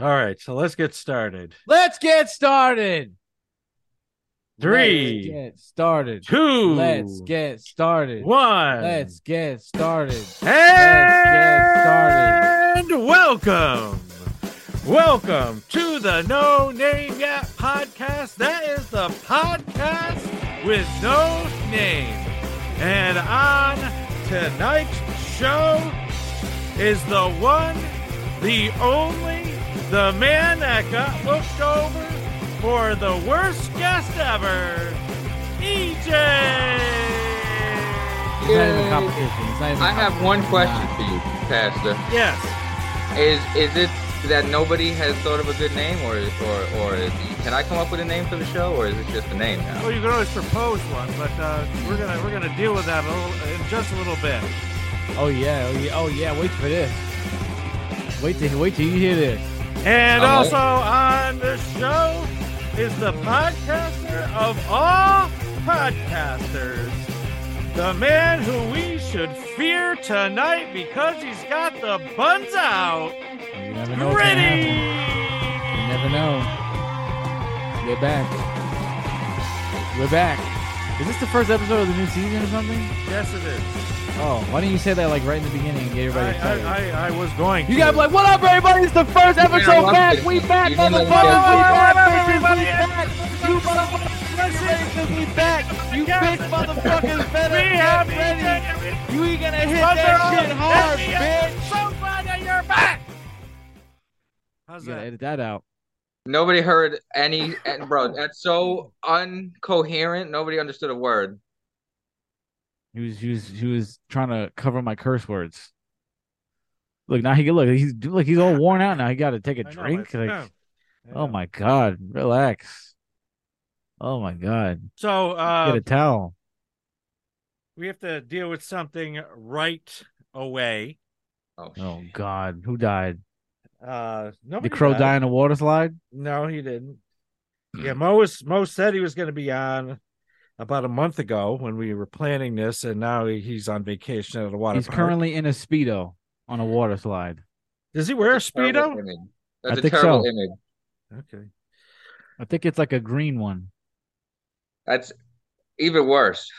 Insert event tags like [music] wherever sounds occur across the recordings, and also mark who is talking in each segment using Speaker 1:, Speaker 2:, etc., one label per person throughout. Speaker 1: All right, so let's get started.
Speaker 2: Let's get started. Let's
Speaker 1: Three,
Speaker 2: get started.
Speaker 1: two,
Speaker 2: Let's get started.
Speaker 1: one.
Speaker 2: Let's get started.
Speaker 1: and
Speaker 2: Let's
Speaker 1: welcome, welcome to the No Name Yet podcast. That is the podcast with no name. And on tonight's show is the one, the only, the man that got looked over for the worst guest ever, E EJ.
Speaker 2: It's not even a competition. It's not even a
Speaker 3: I have
Speaker 2: competition.
Speaker 3: one
Speaker 2: It's
Speaker 3: question
Speaker 2: not.
Speaker 3: for you, Pastor.
Speaker 1: Yes.
Speaker 3: Is is it that nobody has thought of a good name, or or or is, can I come up with a name for the show, or is it just a name now?
Speaker 1: Well, you can always propose one, but uh, we're gonna we're gonna deal with that a little, in just a little bit.
Speaker 2: Oh yeah, oh yeah, oh yeah. Wait for this. Wait till wait till you hear this.
Speaker 1: And
Speaker 3: Uh-huh.
Speaker 1: also on the show is the podcaster of all podcasters, the man who we should fear tonight because he's got the buns out,
Speaker 2: You never know. what's gonna
Speaker 1: gritty.
Speaker 2: happen. You never know. We're back. We're back. Is this the first episode of the new season or something?
Speaker 1: Yes, it is.
Speaker 2: Oh, why don't you say that like right in the beginning and get
Speaker 1: I,
Speaker 2: everybody excited?
Speaker 1: I, I, I was going.
Speaker 2: You
Speaker 1: to.
Speaker 2: gotta be like, what up, everybody? It's the first episode
Speaker 3: interrupted.
Speaker 2: back. We back,
Speaker 3: You
Speaker 2: motherfuckers. We
Speaker 3: interrupted.
Speaker 2: back, bitches. We
Speaker 1: Everybody,
Speaker 2: back. You motherfuckers. We back. You bitch motherfuckers better
Speaker 1: we have
Speaker 2: get ready.
Speaker 1: ready.
Speaker 2: You ain't gonna hit
Speaker 1: Buns
Speaker 2: that
Speaker 1: are
Speaker 2: shit
Speaker 1: on.
Speaker 2: hard,
Speaker 1: Happy-
Speaker 2: bitch.
Speaker 1: So glad that you're back. How's
Speaker 2: You gotta
Speaker 1: that?
Speaker 2: edit that out.
Speaker 3: Nobody heard any, and bro. That's so uncoherent. Nobody understood a word.
Speaker 2: He was, he was, he was trying to cover my curse words. Look now he can look. He's look. He's all worn out now. He got to take a
Speaker 1: I know,
Speaker 2: drink.
Speaker 1: I
Speaker 2: like,
Speaker 1: know. I know.
Speaker 2: oh my god, relax. Oh my god,
Speaker 1: So
Speaker 2: get
Speaker 1: uh,
Speaker 2: a towel.
Speaker 1: we have to deal with something right away.
Speaker 3: Oh,
Speaker 2: Oh
Speaker 3: shit.
Speaker 2: god, who died?
Speaker 1: Uh, nobody
Speaker 2: The crow
Speaker 1: died.
Speaker 2: die in a water slide?
Speaker 1: No, he didn't.
Speaker 2: Hmm.
Speaker 1: Yeah, Mo was Mo said he was going to be on about a month ago when we were planning this, and now he- he's on vacation at a water
Speaker 2: He's
Speaker 1: park.
Speaker 2: currently in a speedo on a water slide.
Speaker 1: Does he wear a
Speaker 3: That's terrible
Speaker 1: speedo?
Speaker 3: image. That's a
Speaker 2: think
Speaker 3: terrible
Speaker 2: so.
Speaker 3: image.
Speaker 2: [laughs]
Speaker 1: Okay. [laughs]
Speaker 2: I think it's like a green one.
Speaker 3: That's even worse.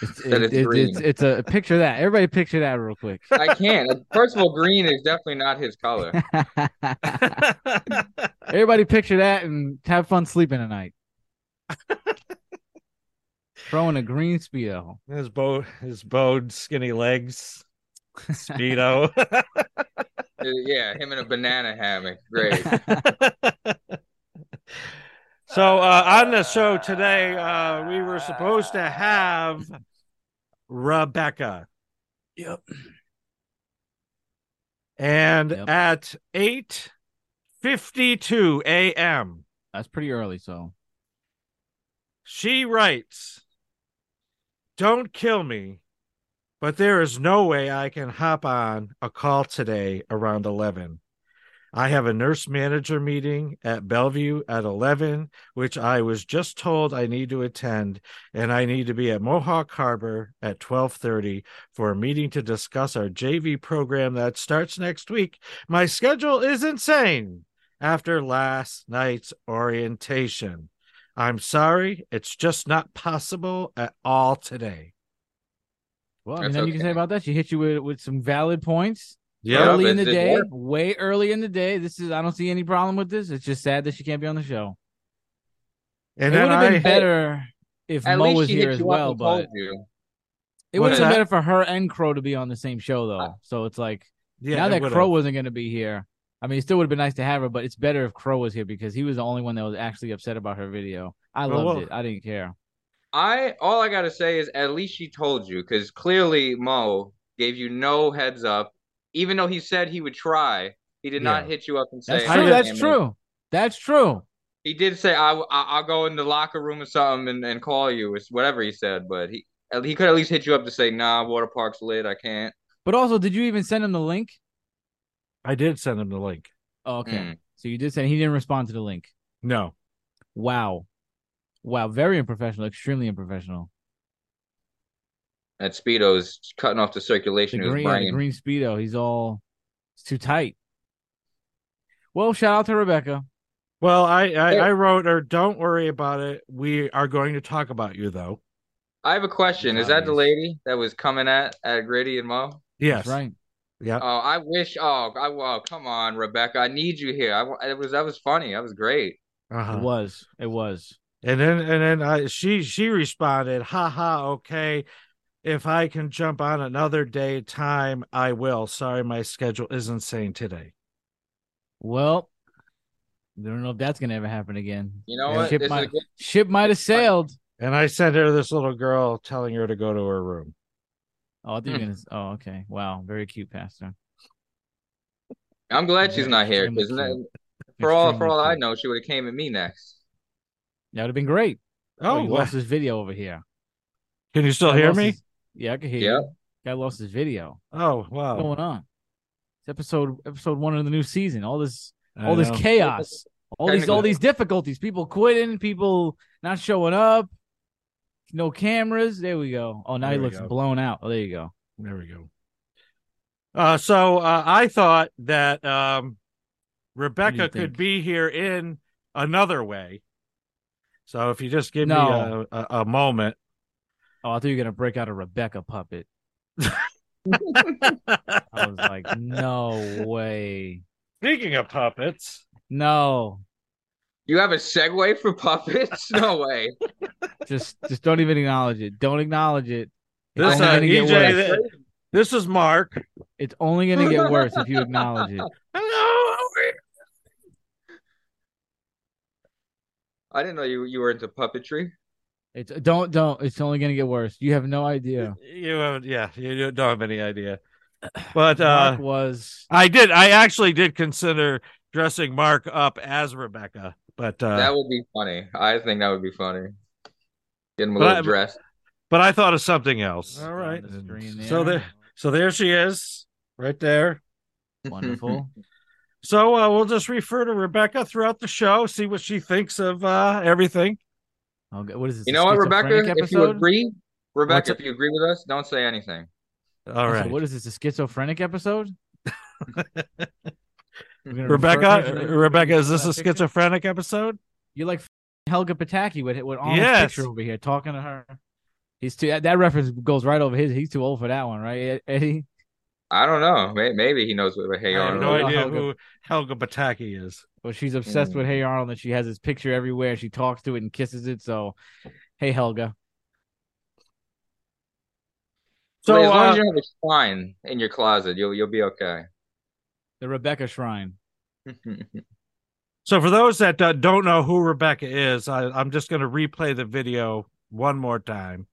Speaker 2: It's
Speaker 3: That
Speaker 2: it-
Speaker 3: it's
Speaker 2: it-
Speaker 3: green.
Speaker 2: it's it's a picture of that. Everybody picture that real
Speaker 3: [laughs]
Speaker 2: quick.
Speaker 3: I
Speaker 1: [laughs]
Speaker 3: can't. First of all, green is definitely not
Speaker 2: [laughs]
Speaker 3: his color.
Speaker 2: Everybody picture that and have fun sleeping
Speaker 3: [laughs]
Speaker 2: tonight. Throwing a green speedo.
Speaker 1: his bow, his bowed skinny
Speaker 2: [laughs]
Speaker 1: legs, speedo.
Speaker 3: Uh, yeah, him in a banana hammock.
Speaker 2: [laughs]
Speaker 3: Great.
Speaker 1: so uh, on the show today, uh, we were supposed to have Rebecca.
Speaker 2: Yep.
Speaker 1: And
Speaker 2: Yep.
Speaker 1: at eight fifty-two a.m.,
Speaker 2: That's pretty early, so
Speaker 1: she writes, "Don't kill me." But there is no way I can hop on a call today around 11. I have a nurse manager meeting at Bellevue at 11, which I was just told I need to attend, and I need to be at Mohawk Harbor at 12:30 for a meeting to discuss our JV program that starts next week. My schedule is insane after last night's orientation. I'm sorry, it's just not possible at all today.
Speaker 2: well, I mean,
Speaker 3: That's
Speaker 2: nothing you can say
Speaker 3: okay.
Speaker 2: about that. She hit you with, with some valid points
Speaker 3: Yeah,
Speaker 2: early
Speaker 3: but
Speaker 2: in the
Speaker 3: it did
Speaker 2: day,
Speaker 3: work.
Speaker 2: way early in the day. This is I don't see any problem with this. It's just sad that she can't be on the show.
Speaker 1: And
Speaker 2: it
Speaker 1: then
Speaker 2: would have
Speaker 1: I,
Speaker 2: been better if
Speaker 3: At
Speaker 2: Mo
Speaker 3: least
Speaker 2: was
Speaker 3: she
Speaker 2: here
Speaker 3: hit
Speaker 2: as
Speaker 3: you up
Speaker 2: well,
Speaker 3: and told
Speaker 2: but
Speaker 3: you.
Speaker 2: it would
Speaker 1: What's
Speaker 2: have been
Speaker 1: that?
Speaker 2: better for her and Crow to be on the same show,
Speaker 3: Ah.
Speaker 2: though. So it's like
Speaker 1: yeah,
Speaker 2: now
Speaker 1: it
Speaker 2: that
Speaker 1: would've.
Speaker 2: Crow wasn't going to be here, I mean, it still would have been nice to have her, but it's better if Crow was here because he was the only one that was actually upset about her video. I
Speaker 1: Well,
Speaker 2: loved
Speaker 1: well-
Speaker 2: it. I didn't care.
Speaker 3: I all I gotta say is at least she told you because clearly Mo gave you no heads up, even though he said he would try. He did
Speaker 1: Yeah.
Speaker 3: not hit you up and say,
Speaker 2: That's
Speaker 3: "Hey,
Speaker 2: true.
Speaker 3: man,"
Speaker 2: That's true. That's true.
Speaker 3: He did say, I, I, "I'll go in the locker room or something and, and call you," or whatever he said. But he at- he could at least hit you up to say, "Nah, water park's lit. I can't."
Speaker 2: But also, did you even send him the link?
Speaker 1: I did send him the link.
Speaker 2: Oh, okay.
Speaker 3: Mm.
Speaker 2: So you did send. He didn't respond to the link.
Speaker 1: No.
Speaker 2: Wow. Wow. Very unprofessional. Extremely unprofessional.
Speaker 3: That speedo's cutting off the
Speaker 2: The
Speaker 3: circulation of his
Speaker 2: green, the
Speaker 3: brain.
Speaker 2: green speedo. He's all. It's too tight. Well, shout out to Rebecca.
Speaker 1: Well, I I,
Speaker 3: Yeah.
Speaker 1: I wrote her. Don't worry about it. We are going to talk about you though.
Speaker 3: I have a question. Is that the
Speaker 2: Nice.
Speaker 3: lady that was coming at at Gritty and Mo?
Speaker 1: Yes.
Speaker 2: That's right.
Speaker 1: Yeah.
Speaker 3: Oh, I wish. Oh, I, oh, come on, Rebecca. I need you here. I, wa- it was that was funny. That was great.
Speaker 1: Uh-huh.
Speaker 2: Uh, It was. It was.
Speaker 1: And then and then I she she responded, "Ha ha, okay. If I can jump on another day time, I will. Sorry, my schedule is insane today."
Speaker 2: Well, I don't know if that's gonna ever happen again.
Speaker 3: You know
Speaker 1: Yeah.
Speaker 3: what?
Speaker 2: Ship
Speaker 3: This is a
Speaker 2: might,
Speaker 3: good-
Speaker 2: ship might have sailed.
Speaker 1: And I sent her this little girl telling her to go to her room.
Speaker 2: Oh, I think you're
Speaker 3: Hmm.
Speaker 2: gonna. Oh, okay. Wow, very cute, Pastor.
Speaker 3: I'm glad she's not here
Speaker 2: Extremely
Speaker 3: because
Speaker 2: cute.
Speaker 3: for all for
Speaker 2: Extremely
Speaker 3: all I
Speaker 2: cute.
Speaker 3: know, she would have came at
Speaker 2: [laughs]
Speaker 3: me next. [laughs]
Speaker 2: that would have been great. Oh,
Speaker 1: Oh,
Speaker 2: you
Speaker 1: well,
Speaker 2: lost his video over here.
Speaker 1: can you still
Speaker 2: Guy
Speaker 1: hear
Speaker 2: lost
Speaker 1: me?
Speaker 2: his- yeah, I can hear
Speaker 3: Yeah.
Speaker 2: you. Guy lost his video.
Speaker 1: Oh,
Speaker 2: What's
Speaker 1: wow.
Speaker 2: going on? It's episode episode one of the new season. All this
Speaker 1: I
Speaker 2: all this
Speaker 1: know.
Speaker 2: chaos. All these all
Speaker 3: Technically-
Speaker 2: these difficulties. People quitting. People not showing up. No cameras. There we go. Oh, now
Speaker 1: There
Speaker 2: he
Speaker 1: we
Speaker 2: looks
Speaker 1: go.
Speaker 2: blown out. Oh, there you go.
Speaker 1: There we go. Uh, so uh, I thought that um, Rebecca could
Speaker 2: think?
Speaker 1: be here in another way. So if you just give
Speaker 2: No.
Speaker 1: me a, a, a moment.
Speaker 2: Oh, I thought you were gonna break out a Rebecca puppet. I was like,
Speaker 1: [laughs]
Speaker 2: no way,
Speaker 1: Speaking of puppets,
Speaker 2: no.
Speaker 3: You have a segue for puppets? No way.
Speaker 2: Just just don't even acknowledge it. Don't acknowledge it. It's
Speaker 1: This,
Speaker 2: only
Speaker 1: uh,
Speaker 2: gonna get
Speaker 1: EJ,
Speaker 2: worse.
Speaker 1: th- this is Mark.
Speaker 2: It's only
Speaker 1: [laughs]
Speaker 2: gonna get worse if you acknowledge it.
Speaker 1: Hello.
Speaker 3: I didn't know you you were into puppetry.
Speaker 2: It's don't don't. It's only gonna get worse. You have no idea.
Speaker 1: You have, yeah, you don't have any
Speaker 2: [clears throat]
Speaker 1: idea. But uh,
Speaker 2: Mark was
Speaker 1: I did. I actually did consider dressing Mark up as Rebecca, but uh,
Speaker 3: that would be funny. I think that would be funny. Get him a
Speaker 1: But
Speaker 3: little
Speaker 1: I-
Speaker 3: dress.
Speaker 1: but I thought of something else.
Speaker 2: on
Speaker 1: All right.
Speaker 2: the screen
Speaker 1: so there, so there she is, right there.
Speaker 3: [laughs]
Speaker 2: wonderful.
Speaker 1: So uh, we'll just refer to Rebecca throughout the show, see what she thinks of uh, everything.
Speaker 2: Okay, what is this?
Speaker 3: you
Speaker 2: a
Speaker 3: know what, Rebecca?
Speaker 2: schizophrenic
Speaker 3: If you
Speaker 2: episode?
Speaker 3: agree,
Speaker 1: What's
Speaker 3: Rebecca,
Speaker 1: it-
Speaker 3: if you agree with us, don't say anything.
Speaker 1: All
Speaker 2: I said,
Speaker 1: right,
Speaker 2: What is this? A schizophrenic episode?
Speaker 1: [laughs]
Speaker 2: We're gonna refer
Speaker 1: Rebecca.
Speaker 2: her to-
Speaker 1: Rebecca, is this
Speaker 2: uh,
Speaker 1: a
Speaker 2: picture?
Speaker 1: schizophrenic episode?
Speaker 2: You're like Helga Pataki with with Arnold's
Speaker 1: Yes.
Speaker 2: picture over here talking to her. He's too that, that reference goes right over his. He's too old for that one, right? E-, Eddie.
Speaker 3: I don't know. May- Maybe he knows what Hey
Speaker 1: I have
Speaker 3: Arnold.
Speaker 1: no
Speaker 2: Arnold.
Speaker 1: idea
Speaker 2: Helga.
Speaker 1: who Helga Bataki is.
Speaker 2: Well, she's obsessed with
Speaker 3: Mm.
Speaker 2: Hey Arnold, and she has his picture everywhere. She talks to it and kisses it. So, hey Helga,
Speaker 1: So
Speaker 3: Wait, as long
Speaker 1: uh,
Speaker 3: as you have a shrine in your closet, you'll you'll be okay. [laughs]
Speaker 2: the Rebecca Shrine.
Speaker 1: So, for those that uh, don't know who Rebecca is, I, I'm just going to replay the video one more time.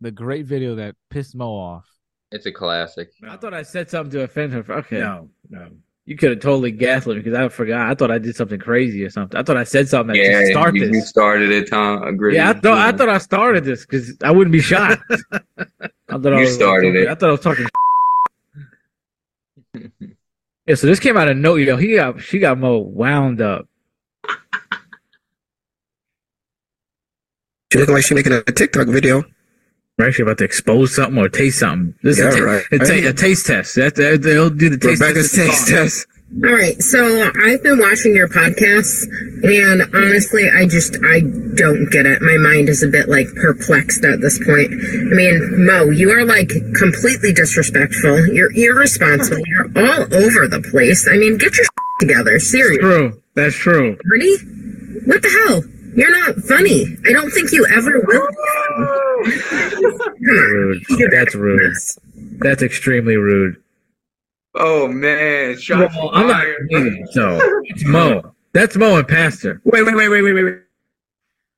Speaker 2: The great video that pissed Mo off.
Speaker 3: it's a classic.
Speaker 4: I thought I said something to offend her. Okay.
Speaker 5: No, no.
Speaker 4: You could have totally gaslit me because I forgot. I thought I did something crazy or something. I thought I said something that just start this.
Speaker 3: started it, Tom. Agree.
Speaker 4: Yeah, I thought I thought I started this because I wouldn't be shocked. [laughs] I thought I
Speaker 3: You
Speaker 4: was
Speaker 3: started it.
Speaker 4: I thought I was talking. [laughs] Yeah, so this came out of no. Yo, he got she got Mo wound up.
Speaker 5: She looking like she making a TikTok video.
Speaker 4: We're actually about to expose something or taste something. This
Speaker 5: Yeah,
Speaker 4: is a, ta-
Speaker 5: right.
Speaker 4: a, ta- a taste test. That, that- they'll do the taste
Speaker 5: Rebecca's
Speaker 4: test. at the
Speaker 5: taste
Speaker 4: bar.
Speaker 5: test.
Speaker 6: All right, so I've been watching your podcasts, and honestly, I just I don't get it. My mind is a bit like perplexed at this point. I mean, Mo, you are like completely disrespectful. You're irresponsible. You're all over the place. I mean, get your together, seriously.
Speaker 4: True. That's true.
Speaker 6: Pretty? What the hell? You're not funny. I don't think you ever will.
Speaker 4: Rude. That's rude. That's extremely rude.
Speaker 3: Oh man, shots
Speaker 4: Well, I'm not
Speaker 3: fired.
Speaker 4: meaning it, so it's Mo. That's Mo and Pastor.
Speaker 5: Wait, wait, wait, wait, wait, wait, wait.
Speaker 4: It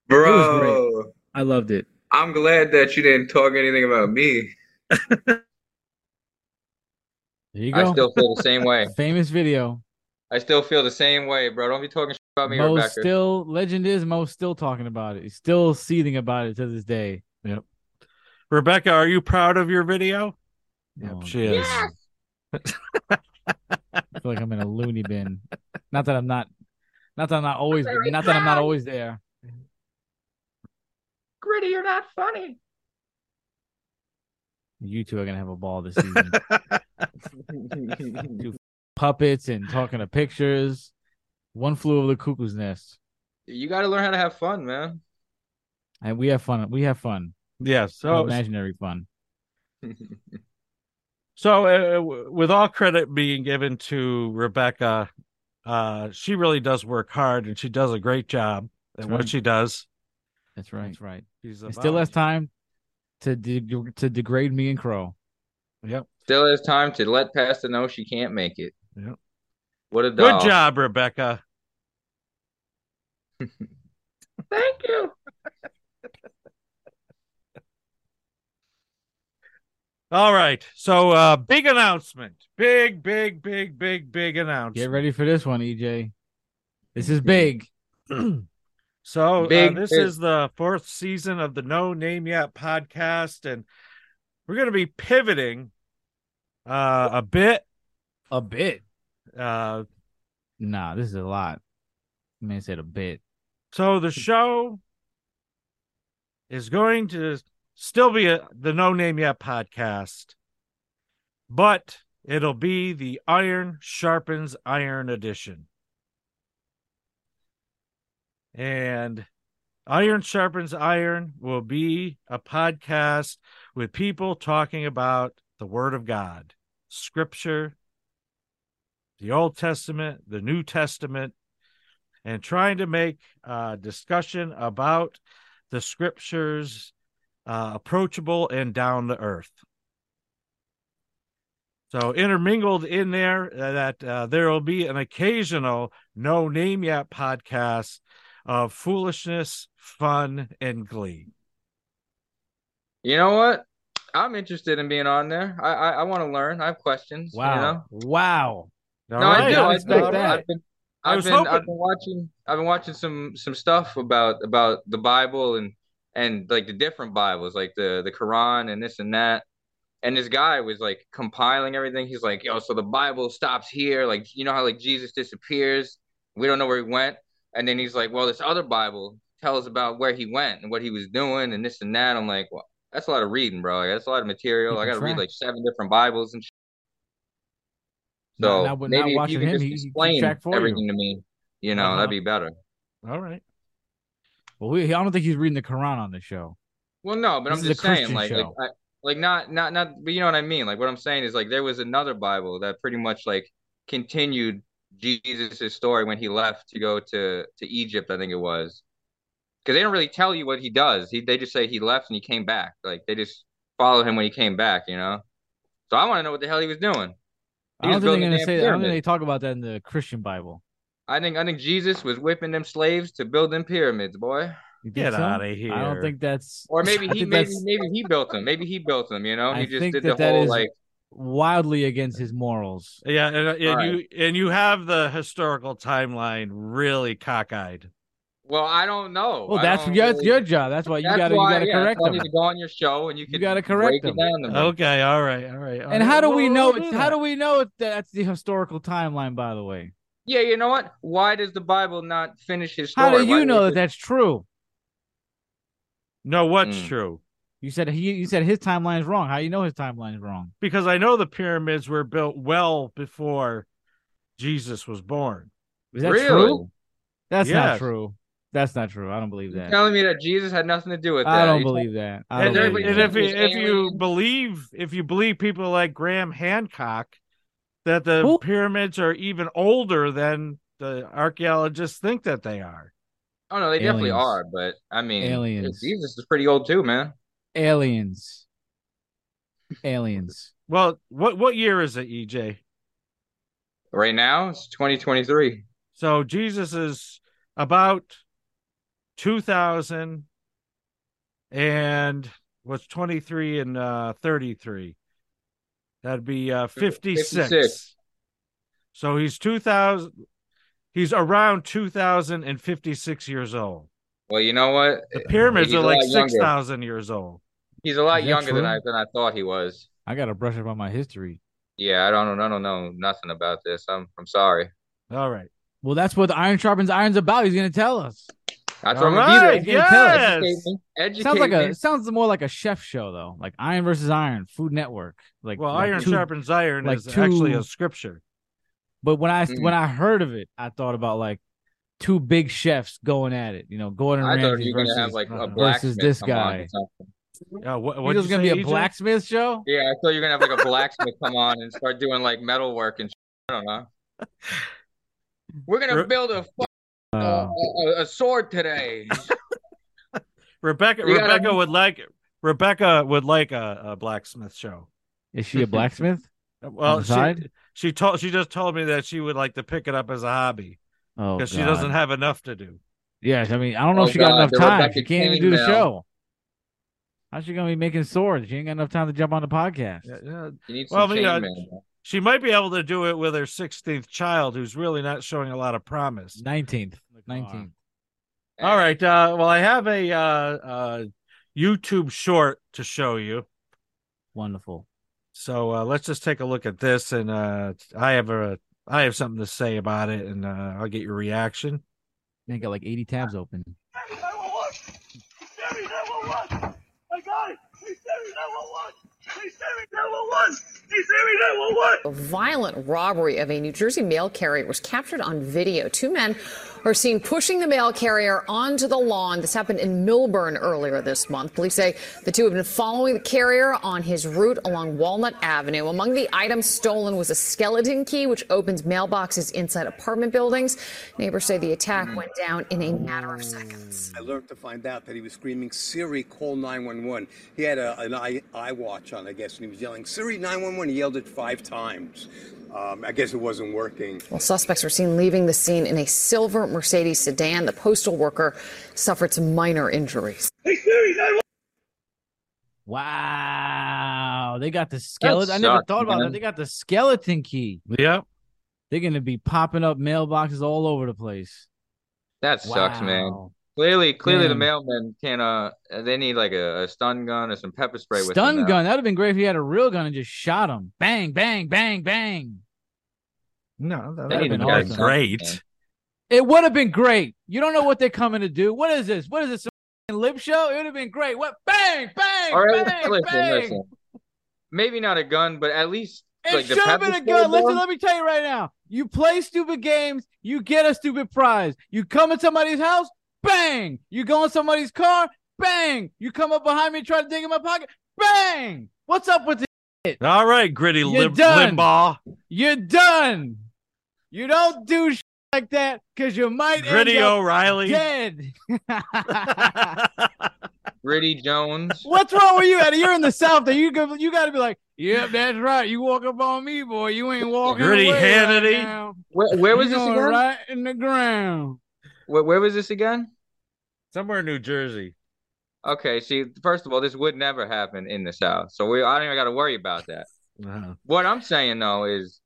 Speaker 3: bro.
Speaker 4: I loved it.
Speaker 3: I'm glad that you didn't talk anything
Speaker 2: [laughs]
Speaker 3: about me.
Speaker 2: There you
Speaker 3: I
Speaker 2: go.
Speaker 3: still
Speaker 4: [laughs]
Speaker 3: feel the same way.
Speaker 2: Famous video.
Speaker 3: I still feel the same way, bro. Don't be talking shit about me,
Speaker 2: Mo's
Speaker 3: Rebecca.
Speaker 2: still legend is Mo's still talking about it. He's still seething about it to this day.
Speaker 1: Rebecca, are you proud of your video? Yep,
Speaker 2: Oh,
Speaker 1: she is.
Speaker 2: God. [laughs] I feel like I'm in a loony bin. Not that I'm not. Not that I'm not always.
Speaker 3: very
Speaker 2: Not that I'm not
Speaker 3: proud.
Speaker 2: always there.
Speaker 3: Gritty, you're not funny. [laughs] [laughs]
Speaker 2: You two are gonna have a ball this season. puppets and talking to pictures. One flew over the cuckoo's nest,
Speaker 3: You got to learn how to have fun, man. [laughs]
Speaker 2: and we have fun. We have fun.
Speaker 1: Yeah. So
Speaker 2: imaginary fun.
Speaker 1: So, uh, w- with all credit being given to Rebecca, uh, she really does work hard and she does a great job at
Speaker 2: That's
Speaker 1: what
Speaker 2: right.
Speaker 1: she does.
Speaker 2: That's right. That's right.
Speaker 1: She's a
Speaker 2: It still has
Speaker 1: volunteer.
Speaker 2: time to de- to degrade me and Crow.
Speaker 1: Yep.
Speaker 3: Still has time to let Pasta know she can't make it.
Speaker 1: Yep.
Speaker 3: What a
Speaker 1: Good
Speaker 3: doll.
Speaker 1: job, Rebecca.
Speaker 3: [laughs] Thank you.
Speaker 1: All right. So, uh, big announcement. Big, big, big, big, big announcement.
Speaker 2: Get ready for this one, EJ. This is big.
Speaker 1: So uh,
Speaker 3: Big
Speaker 1: this
Speaker 3: news.
Speaker 1: is the fourth season of the No Name Yet podcast, and we're going to be pivoting uh, a bit.
Speaker 2: A bit.
Speaker 1: Uh,
Speaker 2: Nah, this is a lot. Man said a bit.
Speaker 1: so the show is going to still be a, the No Name Yet podcast, but it'll be the Iron Sharpens Iron edition. And Iron Sharpens Iron will be a podcast with people talking about the Word of God, Scripture, the Old Testament, the New Testament, and trying to make uh, discussion about the Scriptures uh, approachable and down to earth. So intermingled in there uh, that uh, there will be an occasional no name yet podcast of foolishness, fun, and glee.
Speaker 3: You know what? I'm interested in being on there. I I, I want to learn. I have questions. you
Speaker 2: Wow.
Speaker 3: know?
Speaker 2: Wow.
Speaker 1: All
Speaker 3: no, I
Speaker 1: right,
Speaker 3: do.
Speaker 2: I
Speaker 3: I
Speaker 2: respect
Speaker 3: do.
Speaker 2: that.
Speaker 3: I've been,
Speaker 1: I
Speaker 3: I've
Speaker 1: was
Speaker 3: been,
Speaker 1: hoping-
Speaker 3: I've been watching. I've been watching some some stuff about about the Bible and and like the different Bibles, like the the Quran and this and that. And this guy was like compiling everything. He's like, "Yo, so the Bible stops here. Like, you know how like Jesus disappears. We don't know where he went." And then he's like, "Well, this other Bible tells about where he went and what he was doing and this and that." I'm like, "Well, that's a lot of reading, bro. Like, that's a lot of material. I
Speaker 2: Keeping
Speaker 3: got to read
Speaker 2: track.
Speaker 3: like seven different Bibles and." Shit. So
Speaker 2: Not- not- not
Speaker 3: maybe if you
Speaker 2: watching
Speaker 3: can
Speaker 2: him,
Speaker 3: just
Speaker 2: he- he keep
Speaker 3: explain
Speaker 2: track for you.
Speaker 3: everything to me, you know,
Speaker 1: Uh-huh.
Speaker 3: that'd be better.
Speaker 1: All right.
Speaker 2: Well, we, I don't think he's reading the Quran on this show.
Speaker 3: Well, no, but
Speaker 2: This
Speaker 3: I'm
Speaker 2: is a
Speaker 3: just saying,
Speaker 2: Christian
Speaker 3: like, like,
Speaker 2: show.
Speaker 3: I, like not, not, not. But you know what I mean. Like, what I'm saying is, like, there was another Bible that pretty much like continued Jesus's story when he left to go to to Egypt. I think it was because they don't really tell you what he does. He they just say he left and he came back. Like they just follow him when he came back. You know. So I want to know what the hell he was doing.
Speaker 2: I don't
Speaker 3: He was
Speaker 2: think they're
Speaker 3: building a
Speaker 2: gonna
Speaker 3: damn
Speaker 2: say that. I don't think
Speaker 3: pyramid.
Speaker 2: they talk about that in the Christian Bible.
Speaker 3: I think I think Jesus was whipping them slaves to build them pyramids, boy.
Speaker 2: You think
Speaker 1: Get
Speaker 2: so?
Speaker 1: out of here.
Speaker 2: I don't think that's
Speaker 3: Or maybe
Speaker 2: I
Speaker 3: he
Speaker 2: think
Speaker 3: maybe
Speaker 2: that's
Speaker 3: maybe he built them. Maybe he built them. You know,
Speaker 2: I
Speaker 3: he just
Speaker 2: think
Speaker 3: did
Speaker 2: that
Speaker 3: the
Speaker 2: that
Speaker 3: whole
Speaker 2: is-
Speaker 3: like.
Speaker 2: wildly against his morals.
Speaker 1: Yeah, and, uh, and
Speaker 3: All
Speaker 1: you and you have the historical timeline really cockeyed.
Speaker 3: Well, I don't know.
Speaker 2: Well,
Speaker 3: Oh, I
Speaker 2: that's
Speaker 3: don't
Speaker 2: your,
Speaker 3: really-
Speaker 2: your job. That's why you
Speaker 3: That's
Speaker 2: gotta
Speaker 3: why,
Speaker 2: you gotta
Speaker 3: yeah,
Speaker 2: correct
Speaker 3: so I
Speaker 2: him.
Speaker 3: need to go on your show and you can
Speaker 2: gotta correct
Speaker 3: break
Speaker 2: them.
Speaker 3: it down to me.
Speaker 1: Okay, all right, all right. all right.
Speaker 2: And how do we
Speaker 1: We'll-
Speaker 2: know?
Speaker 1: we'll
Speaker 2: it's,
Speaker 1: do
Speaker 2: how
Speaker 1: that.
Speaker 2: do we know it, that's the historical timeline? By the way,
Speaker 3: Yeah, you know what? Why does the Bible not finish his story?
Speaker 2: how do
Speaker 3: Why
Speaker 2: you know
Speaker 3: does
Speaker 2: that that's true?
Speaker 1: No, what's
Speaker 3: Mm.
Speaker 1: true?
Speaker 2: You said he. You said his timeline is wrong. How you know his timeline is wrong?
Speaker 1: Because I know the pyramids were built well before Jesus was born.
Speaker 2: Is that
Speaker 3: Really?
Speaker 2: true? That's not
Speaker 1: Yes.
Speaker 2: true. That's not true. I don't believe
Speaker 3: You're
Speaker 2: that.
Speaker 3: telling me that Jesus had nothing to do with that?
Speaker 2: I don't
Speaker 3: You-
Speaker 2: believe that. I
Speaker 1: And,
Speaker 2: don't
Speaker 1: and
Speaker 2: believe
Speaker 3: everybody-
Speaker 1: if
Speaker 2: that.
Speaker 1: you, if
Speaker 3: It's
Speaker 1: you
Speaker 3: alien.
Speaker 1: believe if you believe people like Graham Hancock that the
Speaker 2: Who?
Speaker 1: pyramids are even older than the archaeologists think that they are.
Speaker 3: Oh no, they definitely
Speaker 2: Aliens.
Speaker 3: are, but I mean,
Speaker 2: Aliens.
Speaker 3: Jesus is pretty old too, man.
Speaker 2: aliens. Aliens.
Speaker 1: Well, what what year is it, E EJ?
Speaker 3: Right now, it's 2023.
Speaker 1: So Jesus is about 2000 and what's 23 and uh, 33. That'd be uh, 56.
Speaker 3: 56.
Speaker 1: So he's 2000 he's around 2056 years old.
Speaker 3: Well, you know what?
Speaker 1: The pyramids
Speaker 3: he's
Speaker 1: are
Speaker 3: a
Speaker 1: like
Speaker 3: lot younger.
Speaker 1: 6000 years old.
Speaker 3: He's a lot
Speaker 2: Is that
Speaker 3: younger than
Speaker 2: true?
Speaker 3: I than I thought he was.
Speaker 2: I gotta brush up on my history.
Speaker 3: Yeah, I don't I don't know nothing about this. I'm I'm sorry.
Speaker 1: All right.
Speaker 2: Well, that's what the Iron Sharpens Iron's about. He's gonna tell us.
Speaker 3: That's
Speaker 1: All
Speaker 3: what I'm gonna be
Speaker 1: right.
Speaker 3: doing.
Speaker 2: He's gonna tell us.
Speaker 1: Yes.
Speaker 3: Educate me. Educate
Speaker 2: Sounds like
Speaker 3: me.
Speaker 2: a sounds more like a chef show though, like Iron versus Iron, Food Network. Like
Speaker 1: Well,
Speaker 2: like
Speaker 1: iron
Speaker 2: two-
Speaker 1: sharpens iron
Speaker 2: like
Speaker 1: is actually
Speaker 2: two-
Speaker 1: a scripture.
Speaker 2: But when I
Speaker 3: Mhm.
Speaker 2: when I heard of it, I thought about like two big chefs going at it. You know, Gordon
Speaker 3: I thought
Speaker 2: Ramsay
Speaker 3: you were
Speaker 2: versus,
Speaker 3: gonna have like a
Speaker 2: versus
Speaker 3: blacksmith.
Speaker 2: this
Speaker 3: come on
Speaker 2: guy.
Speaker 3: and something.
Speaker 1: Yeah, Uh, what,
Speaker 2: What
Speaker 1: what'd
Speaker 2: was
Speaker 1: you
Speaker 2: gonna
Speaker 1: say, E
Speaker 2: be a
Speaker 1: EJ?
Speaker 2: blacksmith show?
Speaker 3: Yeah, I thought you were gonna have like a blacksmith come on and start doing like metal work and. Shit. I
Speaker 2: [laughs]
Speaker 3: don't know. We're gonna
Speaker 1: Re-
Speaker 3: build a fu-
Speaker 2: Uh,
Speaker 3: a, a sword today.
Speaker 1: Rebecca
Speaker 3: You gotta-
Speaker 1: Rebecca would like Rebecca would like a, a blacksmith show. [laughs]
Speaker 2: is she a blacksmith?
Speaker 1: Well, she,
Speaker 2: side?
Speaker 1: she told she just told me that she would like to pick it up as a hobby
Speaker 2: Oh,
Speaker 1: because she
Speaker 2: God.
Speaker 1: doesn't have enough to do.
Speaker 2: Yes, I mean I don't know
Speaker 3: Oh,
Speaker 2: if she got
Speaker 3: God,
Speaker 2: enough
Speaker 3: the
Speaker 2: time.
Speaker 3: Rebecca
Speaker 2: She can't even
Speaker 3: Kane
Speaker 2: do the
Speaker 3: now.
Speaker 2: show. How's she gonna be making swords? She ain't got enough time to jump on the podcast.
Speaker 1: Yeah, yeah.
Speaker 3: You need
Speaker 1: Well,
Speaker 3: some
Speaker 1: I mean, uh,
Speaker 3: chain mail.
Speaker 1: She might be able to do it with her 16th child, who's really not showing a lot of promise.
Speaker 2: Nineteenth, nineteenth.
Speaker 1: All right. Uh, well, I have a uh, uh, YouTube short to show you.
Speaker 2: Wonderful.
Speaker 1: So uh, let's just take a look at this, and uh, I have a I have something to say about it, and uh, I'll get your reaction.
Speaker 2: They got like eighty tabs open.
Speaker 7: Sammy 911! Sammy 911! My God! Hey, Sammy 911! Hey, Sammy 911! Hey, Sammy 911!
Speaker 8: A violent robbery of a New Jersey mail carrier was captured on video. Two men are seen pushing the mail carrier onto the lawn. This happened in Milburn earlier this month. Police say the two have been following the carrier on his route along Walnut Avenue. Among the items stolen was a skeleton key, which opens mailboxes inside apartment buildings. Neighbors say the attack went down in a matter of seconds.
Speaker 9: I learned to find out that he was screaming, Siri, call 911. He had a, an eye, eye watch on, I guess, and he was yelling, Siri, 911. He yelled it five times. Um, I guess it wasn't working.
Speaker 8: Well, suspects were seen leaving the scene in a silver Mercedes sedan. The postal worker suffered some minor injuries.
Speaker 7: Hey, Sammy 911!
Speaker 2: Wow, they got the skeleton. I never
Speaker 3: sucks,
Speaker 2: thought about
Speaker 3: man.
Speaker 2: that. They got the skeleton key.
Speaker 1: Yep.
Speaker 2: They're gonna be popping up mailboxes all over the place.
Speaker 3: that sucks, man.
Speaker 2: Wow.
Speaker 3: Clearly, clearly, the
Speaker 2: Damn.
Speaker 3: mailmen can't. Uh, they need like a, a stun gun or some pepper spray with them
Speaker 2: Stun
Speaker 3: now.
Speaker 2: gun. That'd have been great if he had a real gun and just shot him. Bang, bang, bang, bang.
Speaker 1: No, that,
Speaker 3: They
Speaker 1: that'd
Speaker 3: need
Speaker 1: been
Speaker 3: to get
Speaker 2: awesome.
Speaker 1: awesome. great.
Speaker 3: something,
Speaker 2: It would have been great. You don't know what they're coming to do. What is this? What is this? Some f***ing lip show? It would have been great. What? Bang, bang,
Speaker 3: All right,
Speaker 2: bang,
Speaker 3: listen,
Speaker 2: bang.
Speaker 3: listen. Maybe not a gun, but at least
Speaker 2: It
Speaker 3: like the
Speaker 2: should have been
Speaker 3: pepper
Speaker 2: a gun.
Speaker 3: spray,
Speaker 2: Listen,
Speaker 3: bro.
Speaker 2: let me tell you right now. You play stupid games, you get a stupid prize. You come in somebody's house, bang. You go in somebody's car, bang. You come up behind me and try to dig in my pocket, bang. What's up with it?
Speaker 1: All right, gritty
Speaker 2: You're
Speaker 1: Lim-
Speaker 2: done.
Speaker 1: Limbaugh.
Speaker 2: You're done. You don't do shit like that because you might
Speaker 1: Gritty
Speaker 2: end up
Speaker 1: O'Reilly.
Speaker 2: dead. [laughs]
Speaker 3: Gritty
Speaker 2: [laughs]
Speaker 3: Jones.
Speaker 2: What's wrong with you, Eddie? You're in the South. That you go, you got to be like, yep, that's right. You walk up on me, boy. You ain't walking
Speaker 1: Gritty
Speaker 2: away
Speaker 1: Hannity.
Speaker 2: Right now.
Speaker 3: Where, where was
Speaker 2: You're
Speaker 3: this
Speaker 2: going
Speaker 3: again?
Speaker 2: Right in the ground.
Speaker 3: Where, where was this again?
Speaker 1: Somewhere in New Jersey.
Speaker 3: Okay, see, first of all, this would never happen in the South, so we I don't even got to worry about that.
Speaker 1: Uh-huh.
Speaker 3: What I'm saying though is,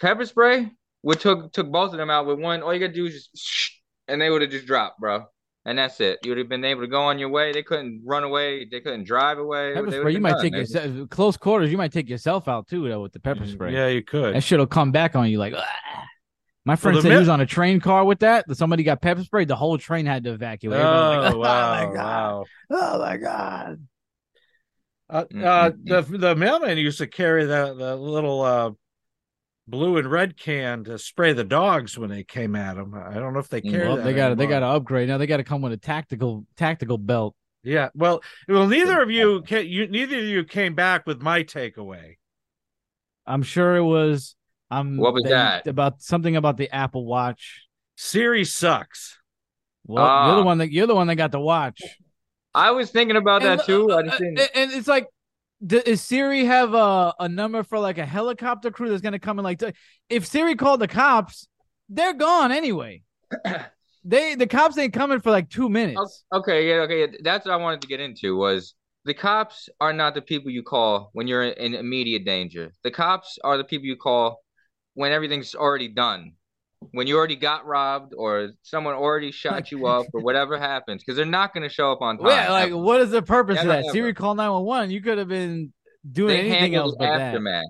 Speaker 3: pepper spray. We took took both of them out with one. All you gotta do is just, [sniffs] shh, and they would have just dropped, bro. And that's it. You'd have been able to go on your way. They couldn't run away. They couldn't drive away.
Speaker 2: Pepper
Speaker 3: They
Speaker 2: spray.
Speaker 3: would've
Speaker 2: You
Speaker 3: been
Speaker 2: might
Speaker 3: done.
Speaker 2: take
Speaker 3: They-
Speaker 2: yourself close quarters. You might take yourself out too, though, with the pepper
Speaker 3: Mm,
Speaker 2: spray.
Speaker 1: Yeah, you could.
Speaker 2: That shit will come back on you like. "Ah." My friend
Speaker 1: the
Speaker 2: said
Speaker 1: mi-
Speaker 2: he was on a train car with that. that Somebody got pepper sprayed. The whole train had to evacuate. Everybody
Speaker 1: [laughs]
Speaker 2: was
Speaker 1: Oh, wow,
Speaker 2: my God.
Speaker 1: wow.
Speaker 2: like, oh my god!
Speaker 1: Uh,
Speaker 3: Mm,
Speaker 1: uh,
Speaker 3: mm,
Speaker 1: the the mailman used to carry the the little uh, blue and red can to spray the dogs when they came at him. I don't know if they
Speaker 3: Mm,
Speaker 1: carry
Speaker 2: Well,
Speaker 1: that
Speaker 2: they got to they
Speaker 1: anymore.
Speaker 2: got to upgrade now. They got to come with a tactical tactical belt.
Speaker 1: Yeah, well, well, neither of you
Speaker 2: [laughs]
Speaker 1: can. You neither of you came back with my takeaway.
Speaker 2: I'm sure it was. I'm
Speaker 3: What was
Speaker 2: they-
Speaker 3: that?
Speaker 2: about something about the Apple Watch?
Speaker 1: Siri sucks.
Speaker 2: Well, you're
Speaker 3: Ah.
Speaker 2: the one that you're the one that got the watch.
Speaker 3: I was thinking about that
Speaker 2: And,
Speaker 3: too.
Speaker 2: uh,
Speaker 3: I just
Speaker 2: uh,
Speaker 3: didn't.
Speaker 2: and- and it's like, d- does Siri have a, a number for like a helicopter crew that's gonna come and like? t- if Siri called the cops, they're gone anyway.
Speaker 3: [clears throat]
Speaker 2: [clears throat] they the cops ain't coming for like two minutes.
Speaker 3: Okay, yeah, okay. yeah. That's what I wanted to get into was the cops are not the people you call when you're in immediate danger. The cops are the people you call when everything's already done. When you already got robbed or someone already shot you up
Speaker 2: [laughs]
Speaker 3: or whatever happens because they're not going to show up on time.
Speaker 2: yeah, like what is the purpose of
Speaker 3: Yeah,
Speaker 2: that?
Speaker 3: no,
Speaker 2: Siri call nine one one. You could have been doing
Speaker 3: They
Speaker 2: anything
Speaker 3: handle
Speaker 2: else
Speaker 3: the
Speaker 2: but that.
Speaker 3: aftermath.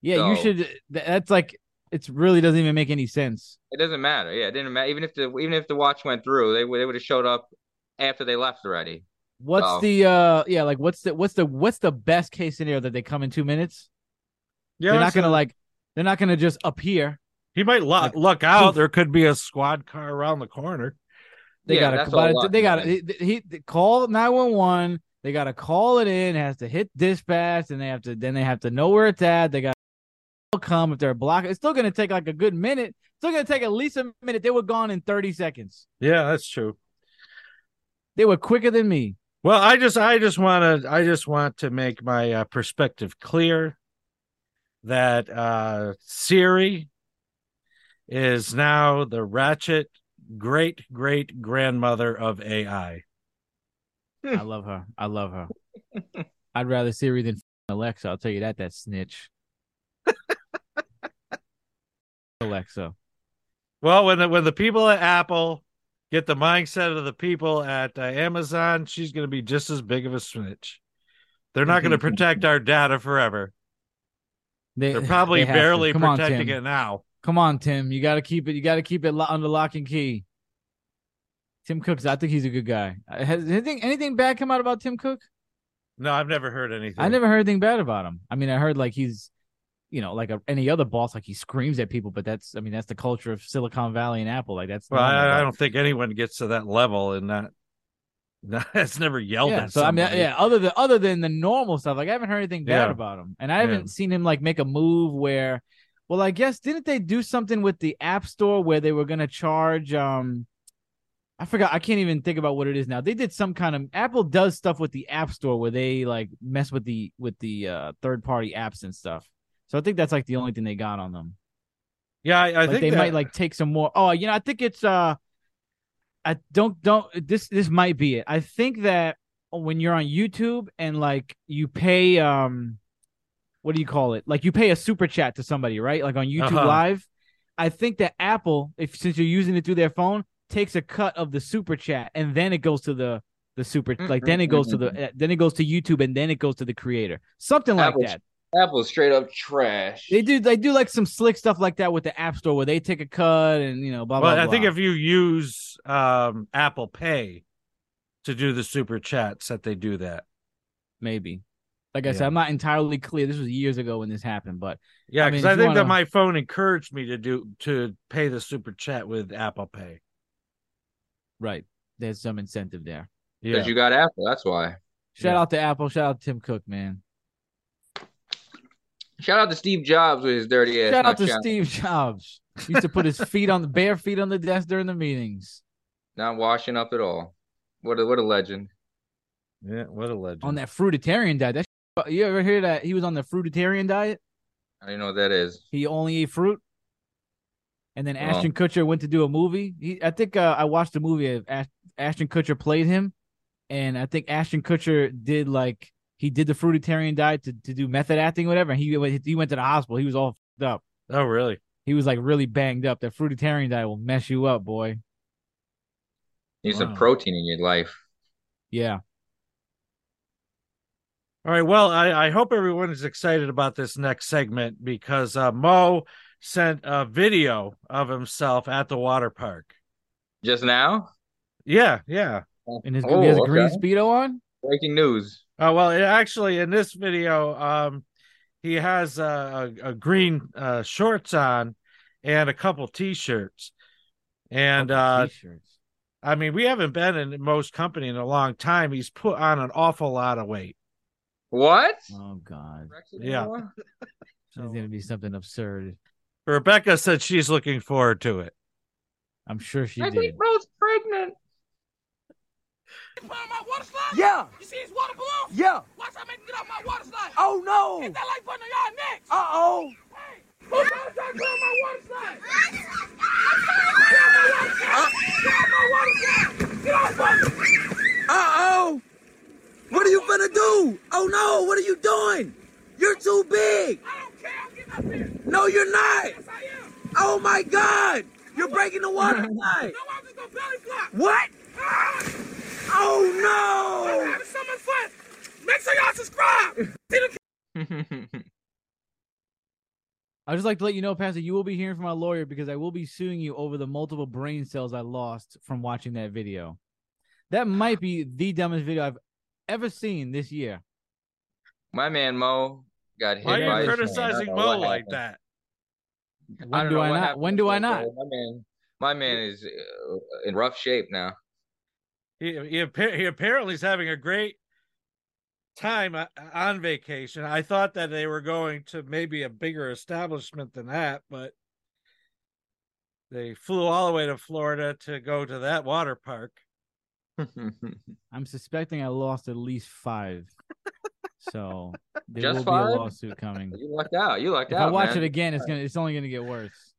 Speaker 2: Yeah, you
Speaker 3: So-
Speaker 2: should. th- That's like it's really doesn't even make any sense.
Speaker 3: It doesn't matter. Yeah, it didn't matter. Even if the even if the watch went through, they would they would have showed up after they left already.
Speaker 2: What's
Speaker 3: So-
Speaker 2: the uh yeah like what's the what's the what's the best case scenario that they come in two minutes?
Speaker 1: Yeah,
Speaker 2: They're not
Speaker 1: that's
Speaker 2: gonna
Speaker 1: a-
Speaker 2: like They're not going to just appear.
Speaker 1: He might luck, luck out. There could be a squad car around the corner.
Speaker 2: They
Speaker 3: Yeah,
Speaker 2: got
Speaker 3: that's
Speaker 2: to.
Speaker 3: a
Speaker 2: But
Speaker 3: lot,
Speaker 2: they got
Speaker 3: man.
Speaker 2: to. He, he call nine one one. They got to call it in. It has to hit dispatch, and they have to. Then they have to know where it's at. They got to come if they're blocked. It's still going to take like a good minute. It's still going to take at least a minute. They were gone in thirty seconds.
Speaker 1: Yeah, that's true.
Speaker 2: They were quicker than me.
Speaker 1: Well, I just I just want to I just want to make my uh, perspective clear that uh Siri is now the ratchet great great grandmother of AI.
Speaker 2: I love her. I
Speaker 1: [laughs]
Speaker 2: love her. I'd rather Siri than Alexa. I'll tell you that.
Speaker 1: [laughs]
Speaker 2: That snitch. Alexa.
Speaker 1: Well, when the, when the people at Apple get the mindset of the people at uh, Amazon, she's going to be just as big of a snitch. They're not going to protect our data forever.
Speaker 2: They,
Speaker 1: They're
Speaker 2: [laughs]
Speaker 1: probably
Speaker 2: they have to.
Speaker 1: barely
Speaker 2: Come on,
Speaker 1: protecting
Speaker 2: Tim.
Speaker 1: it now.
Speaker 2: Come on, Tim. You got to keep it. You got to keep it lo- under lock and key. Tim Cook's. I think he's a good guy. Uh, Has anything anything bad come out about Tim Cook?
Speaker 1: No, I've never heard anything.
Speaker 2: I never heard anything bad about him. I mean, I heard like he's, you know, like a, any other boss, like he screams at people. But that's, I mean, that's the culture of Silicon Valley and Apple. Like that's.
Speaker 1: Well,
Speaker 2: normal,
Speaker 1: I, I
Speaker 2: but-
Speaker 1: don't think anyone gets to that level and not, [laughs] not has never yelled
Speaker 2: Yeah,
Speaker 1: at
Speaker 2: so I mean,
Speaker 1: somebody.
Speaker 2: yeah. Other than other than the normal stuff, like I haven't heard anything bad
Speaker 1: Yeah.
Speaker 2: about him, and I
Speaker 1: Yeah.
Speaker 2: haven't seen him like make a move where, well, I guess didn't they do something with the App Store where they were gonna charge? um I forgot. I can't even think about what it is now. They did some kind of Apple does stuff with the App Store where they like mess with the with the uh third party apps and stuff. So I think that's like the only thing they got on them.
Speaker 1: Yeah, I, I
Speaker 2: like
Speaker 1: think
Speaker 2: they
Speaker 1: that-
Speaker 2: might like take some more. Oh, you know, I think it's uh, I don't don't this this might be it. I think that when you're on YouTube and like you pay um, what do you call it? Like you pay a super chat to somebody, right? Like on YouTube
Speaker 1: Uh-huh.
Speaker 2: Live. I think that Apple, if since you're using it through their phone, takes a cut of the super chat and then it goes to the the super like then it goes to the then it goes to YouTube and then it goes to the creator, something like
Speaker 3: Apple's
Speaker 2: that.
Speaker 3: Apple's straight up trash.
Speaker 2: They do they do like some slick stuff like that with the App Store where they take a cut and you know blah blah.
Speaker 1: Well, I
Speaker 2: blah.
Speaker 1: think if you use um, Apple Pay to do the super chats, that they do that.
Speaker 2: maybe, like I said,
Speaker 1: Yeah.
Speaker 2: I'm not entirely clear. This was years ago when this happened, but
Speaker 1: Yeah,
Speaker 2: I mean,
Speaker 1: because
Speaker 2: if
Speaker 1: I,
Speaker 2: you
Speaker 1: think
Speaker 2: wanna-
Speaker 1: that my phone encouraged me to do to pay the super chat with Apple Pay.
Speaker 2: right, there's some incentive there.
Speaker 1: Yeah,
Speaker 3: Because you got Apple, that's why.
Speaker 2: Shout
Speaker 1: Yeah.
Speaker 2: out to Apple. Shout out to Tim Cook, man.
Speaker 3: Shout out to Steve Jobs with his dirty ass.
Speaker 2: shout out
Speaker 3: not
Speaker 2: to Steve Jobs. He used to put his feet on the bare feet on the desk during the meetings.
Speaker 3: Not washing up at all. What a what a legend.
Speaker 1: yeah. What a legend.
Speaker 2: On that fruitarian diet. That sh- you ever hear that he was on the fruitarian diet?
Speaker 3: I don't even know what that is.
Speaker 2: He only ate fruit. And then Ashton Kutcher went to do a movie. He, I think uh, I watched a movie of Ash, Ashton Kutcher played him, and I think Ashton Kutcher did like he did the fruitarian diet to, to do method acting, whatever. And he went- he went to the hospital. He was all fed up.
Speaker 1: oh, really?
Speaker 2: He was like really banged up. That fruitarian diet will mess you up, boy.
Speaker 3: You need some
Speaker 1: Wow.
Speaker 3: protein in your life.
Speaker 2: Yeah,
Speaker 1: All right. Well, I, I hope everyone is excited about this next segment because uh, Mo sent a video of himself at the water park.
Speaker 3: Just now?
Speaker 1: Yeah, yeah.
Speaker 2: and his,
Speaker 3: Oh,
Speaker 2: he has a green
Speaker 3: okay.
Speaker 2: speedo on.
Speaker 3: Breaking news.
Speaker 1: Uh, well, it, actually, in this video, um, he has uh, a, a green uh, shorts on and a couple t-shirts. And
Speaker 2: Oh,
Speaker 1: uh,
Speaker 2: t-shirts.
Speaker 1: I mean, we haven't been in most company in a long time. He's put on an awful lot of weight.
Speaker 3: What?
Speaker 2: Oh God,
Speaker 1: Yeah.
Speaker 2: there's gonna be something absurd.
Speaker 1: Rebecca said she's looking forward to it.
Speaker 2: I'm sure she
Speaker 3: I
Speaker 2: did.
Speaker 3: think Mo's pregnant.
Speaker 7: Part of my water slide?
Speaker 10: Yeah,
Speaker 7: You see his water balloon?
Speaker 10: yeah.
Speaker 7: Watch I make him get off my water slide.
Speaker 10: Oh no.
Speaker 7: Get that light button on y'all necks.
Speaker 10: Uh oh.
Speaker 7: Hey, who's trying to get on my water slide? Get off my water slide. Get off my water slide. Get off my
Speaker 10: Uh oh. What are you gonna do? Oh no. What are you doing? You're too big.
Speaker 7: I don't care. I'm getting up here.
Speaker 10: No, you're not.
Speaker 7: Yes, I am.
Speaker 10: Oh my God. You're breaking the
Speaker 7: [laughs]
Speaker 10: water line.
Speaker 7: No, I'm just gonna belly flop.
Speaker 10: What?
Speaker 7: Ah, I'm
Speaker 10: Oh
Speaker 7: having so much fun. Make sure y'all subscribe. See the
Speaker 2: I would just like to let you know, Pastor, you will be hearing from our lawyer because I will be suing you over the multiple brain cells I lost from watching that video.
Speaker 3: [sighs]
Speaker 2: That might be the dumbest video I've ever seen this year.
Speaker 3: [laughs] My man Mo got hit
Speaker 1: Why
Speaker 3: by
Speaker 1: are you
Speaker 3: his
Speaker 1: criticizing
Speaker 3: hand. I don't know
Speaker 1: Mo
Speaker 3: what
Speaker 1: like
Speaker 3: happened.
Speaker 1: that?
Speaker 2: When do I not? When do I not?
Speaker 3: My man, my man is uh, in rough shape now. [laughs]
Speaker 1: He, he, appa- he apparently is having a great time o- on vacation. I thought that they were going to maybe a bigger establishment than that, but they flew all the way to Florida to go to that water park.
Speaker 2: I'm suspecting I lost at least
Speaker 3: [laughs]
Speaker 2: five. So there
Speaker 3: Just
Speaker 2: will
Speaker 3: five?
Speaker 2: be a lawsuit
Speaker 3: [laughs]
Speaker 2: coming.
Speaker 3: You lucked out. You lucked
Speaker 2: If
Speaker 3: out.
Speaker 2: I watch
Speaker 3: man.
Speaker 2: it again, it's gonna it's only gonna get
Speaker 3: [laughs]
Speaker 2: worse.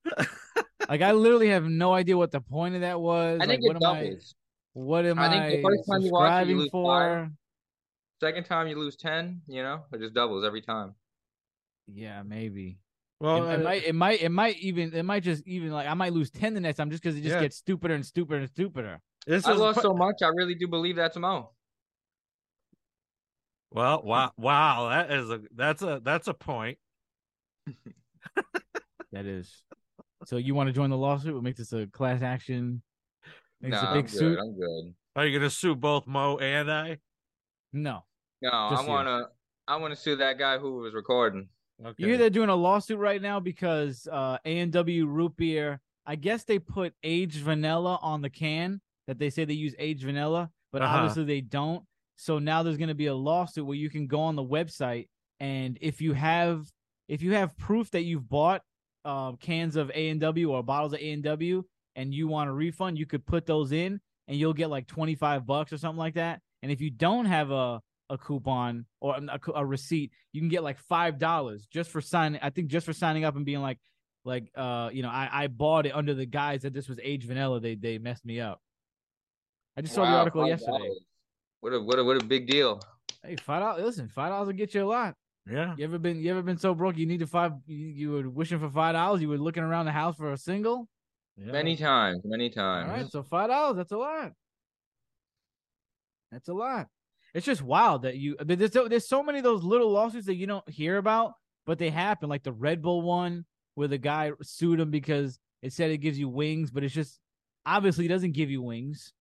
Speaker 2: like I literally have no idea what the point of that was.
Speaker 3: I think
Speaker 2: like,
Speaker 3: it
Speaker 2: what am I
Speaker 3: doubles.
Speaker 2: what am
Speaker 3: I
Speaker 2: I,
Speaker 3: think the first time you watch it,
Speaker 2: subscribing
Speaker 3: you lose
Speaker 2: for?
Speaker 3: five. Second time you lose ten. You know, it just doubles every time.
Speaker 2: Yeah, maybe.
Speaker 1: Well,
Speaker 2: it, it
Speaker 1: uh,
Speaker 2: might, it might, it might even, it might just even like I might lose ten the next time just because it just
Speaker 1: Yeah.
Speaker 2: gets stupider and stupider and stupider.
Speaker 1: This
Speaker 3: I
Speaker 1: is
Speaker 3: lost so much. I really do believe that's Mo.
Speaker 1: well, wow, wow, that is a that's a that's a point.
Speaker 2: That is. So you want to join the lawsuit? We'll make this a class action. Make
Speaker 3: No,
Speaker 2: this a
Speaker 3: I'm
Speaker 2: big
Speaker 3: good.
Speaker 2: suit.
Speaker 3: I'm good.
Speaker 1: Are you going to sue both Mo and I?
Speaker 2: No,
Speaker 3: No,
Speaker 2: Just
Speaker 3: I
Speaker 2: you.
Speaker 3: wanna. I wanna sue that guy who was recording.
Speaker 1: Okay.
Speaker 2: you hear they're doing a lawsuit right now because uh A and W root beer. I guess they put aged vanilla on the can that they say they use aged vanilla, but
Speaker 1: Uh-huh.
Speaker 2: obviously they don't. So now there's going to be a lawsuit where you can go on the website and if you have if you have proof that you've bought uh, cans of A and W or bottles of A and W and you want a refund, you could put those in and you'll get like 25 bucks or something like that. And if you don't have a a coupon or a, a receipt, you can get like five dollars just for signing. I think just for signing up and being like, like, uh, you know, I I bought it under the guise that this was Age Vanilla. They they messed me up. I just saw the
Speaker 3: Wow,
Speaker 2: article
Speaker 3: five
Speaker 2: yesterday.
Speaker 3: dollars. What a what a what a big deal.
Speaker 2: Hey, five dollars. Listen, five dollars will get you a lot.
Speaker 1: Yeah.
Speaker 2: You ever been you ever been so broke you needed five? You, you were wishing for five dollars. You were looking around the house for a single.
Speaker 3: Many times, many
Speaker 2: All
Speaker 3: times.
Speaker 2: right, so five dollars. That's a lot. That's a lot. It's just wild that you. I mean, There's so, there's so many of those little lawsuits that you don't hear about, but they happen. Like the Red Bull one, where the guy sued him because it said it gives you wings, but it's just obviously it doesn't give you wings.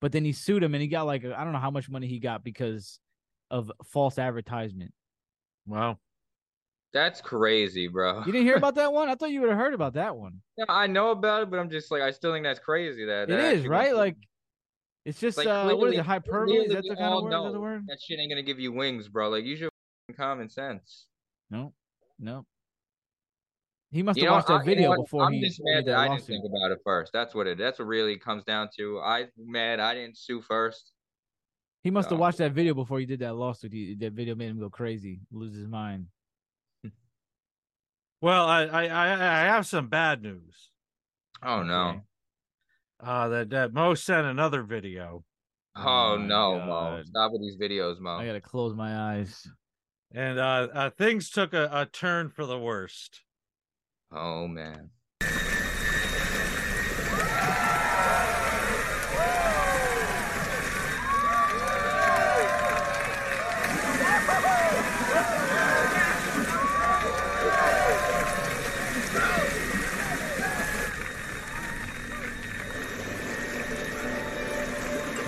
Speaker 2: But then he sued him, and he got like I don't know how much money he got because of false advertisement.
Speaker 1: Wow.
Speaker 3: That's crazy, bro. [laughs]
Speaker 2: You didn't hear about that one? I thought you would have heard about that one.
Speaker 3: Yeah, I know about it, but I'm just like, I still think that's crazy. That
Speaker 2: It
Speaker 3: that
Speaker 2: is
Speaker 3: actually-
Speaker 2: right. Like it's just
Speaker 3: like,
Speaker 2: uh, what is
Speaker 3: clearly-
Speaker 2: it? Hyperbole? Is
Speaker 3: clearly
Speaker 2: that the
Speaker 3: we
Speaker 2: kind of
Speaker 3: all
Speaker 2: word? Is that
Speaker 3: know
Speaker 2: the word?
Speaker 3: That shit ain't gonna give you wings, bro. Like use your f***ing common sense.
Speaker 2: No, no. He must
Speaker 3: You
Speaker 2: have
Speaker 3: know,
Speaker 2: watched that
Speaker 3: I- you know
Speaker 2: video
Speaker 3: what?
Speaker 2: before
Speaker 3: I'm
Speaker 2: he
Speaker 3: just mad
Speaker 2: made
Speaker 3: that
Speaker 2: that
Speaker 3: I didn't
Speaker 2: lawsuit.
Speaker 3: think about it first. That's what it. That's what really it comes down to. I mad I didn't sue first.
Speaker 2: He must have
Speaker 3: No.
Speaker 2: watched that video before he did that lawsuit. He, that video made him go crazy, lose his mind.
Speaker 1: Well, I I I I have some bad news.
Speaker 3: Oh
Speaker 2: Okay.
Speaker 3: no!
Speaker 1: Uh, that that Mo sent another video,
Speaker 3: Oh,
Speaker 2: Oh, my
Speaker 3: no, Mo!
Speaker 2: God.
Speaker 3: Stop with these videos, Mo.
Speaker 2: I gotta close my eyes.
Speaker 1: and uh, uh things took a, a turn for the worst.
Speaker 3: Oh
Speaker 2: [laughs]
Speaker 3: man! [laughs]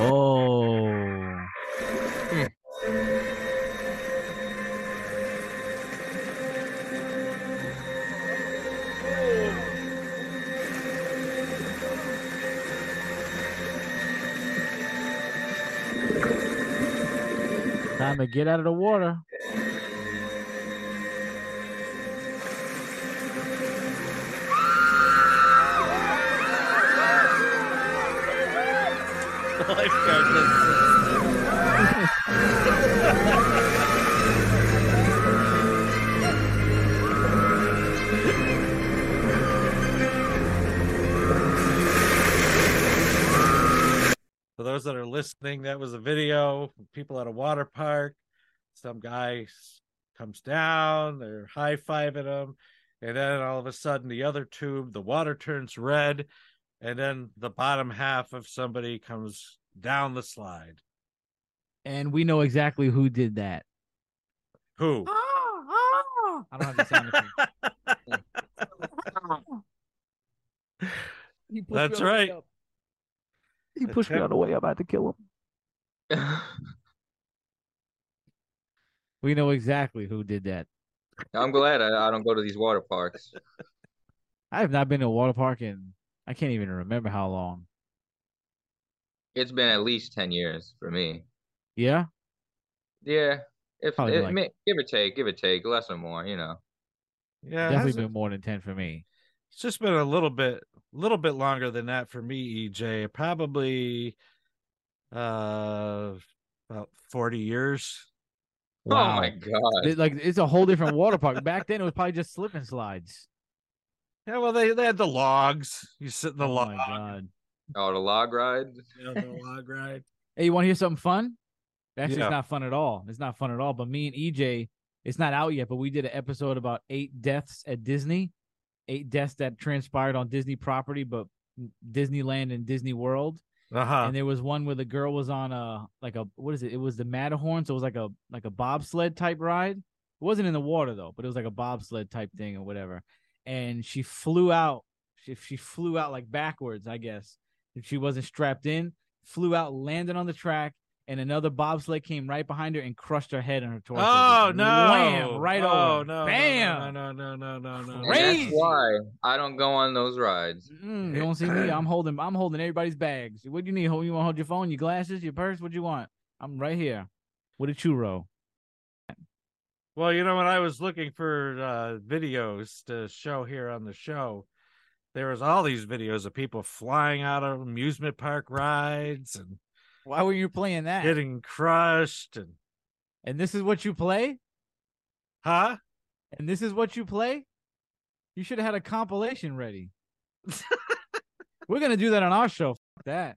Speaker 2: Oh, time to get out of the water.
Speaker 1: For those that are listening, that was a video. People at a water park. Some guy s- comes down. They're high fiving him, and then all of a sudden, the other tube, the water turns red, and then the bottom half of somebody comes down the slide.
Speaker 2: And we know exactly who did that.
Speaker 6: [laughs]
Speaker 1: Who?
Speaker 3: Ah,
Speaker 2: I don't have the sound effect. [laughs] He pushed me
Speaker 1: That's
Speaker 2: all the way
Speaker 1: right.
Speaker 2: up. He pushed me
Speaker 1: Attack-
Speaker 2: all the way up. I had to kill him. We know exactly who did that.
Speaker 3: I'm glad I, I don't go to these water parks.
Speaker 2: I have not been to a water park in I can't even remember how long.
Speaker 3: It's been at least ten years for me.
Speaker 2: Yeah,
Speaker 3: Yeah, if
Speaker 2: Probably
Speaker 3: it,
Speaker 2: like-
Speaker 3: may- give or take, give or take, less or more, you know.
Speaker 1: Yeah, Uh, it
Speaker 2: definitely
Speaker 1: hasn't-
Speaker 2: been more than ten for me.
Speaker 1: it's just been a little bit, little bit longer than that for me, EJ. Probably, uh, about forty years.
Speaker 3: Oh my god!
Speaker 2: It- like it's a whole different water park. Back then, it was probably just slip and slides.
Speaker 1: Yeah, well, they they had the logs. You sit in the
Speaker 2: Oh my
Speaker 1: log,
Speaker 2: god!
Speaker 3: Oh, the log ride.
Speaker 1: yeah, the log ride.
Speaker 2: Hey, you want to hear something fun? Actually,
Speaker 1: Yeah.
Speaker 2: it's not fun at all. It's not fun at all. But me and EJ, it's not out yet. But we did an episode about eight deaths at Disney, eight deaths that transpired on Disney property, but Disneyland and Disney World.
Speaker 1: Uh huh.
Speaker 2: and there was one where the girl was on a like a what is it? It was the Matterhorn, so it was like a like a bobsled type ride. It wasn't in the water though, but it was like a bobsled type thing or whatever. And she flew out. She she flew out like backwards, I guess. If she wasn't strapped in, flew out, landed on the track, and another bobsled came right behind her and crushed her head on her torso.
Speaker 1: Oh
Speaker 2: Just
Speaker 1: no!
Speaker 2: Wham! Right
Speaker 1: oh,
Speaker 2: over.
Speaker 1: no!
Speaker 2: Bam!
Speaker 1: No! No! No! No! No! no.
Speaker 3: And
Speaker 2: Crazy.
Speaker 3: that's why I don't go on those rides.
Speaker 2: Mm, you don't see me. I'm holding. I'm holding everybody's bags. What do you need? Hold- You want to hold your phone, your glasses, your purse? What you want? I'm right here. With a churro.
Speaker 1: Well, you know, when I was looking for uh, videos to show here on the show, there was all these videos of people flying out of amusement park rides
Speaker 2: [laughs]
Speaker 1: and
Speaker 2: Why were you playing that?
Speaker 1: getting crushed and
Speaker 2: And this is what you play.
Speaker 1: huh?
Speaker 2: And this is what you play. You should have had a compilation ready.
Speaker 1: [laughs]
Speaker 2: We're gonna do that on our show. Fuck that.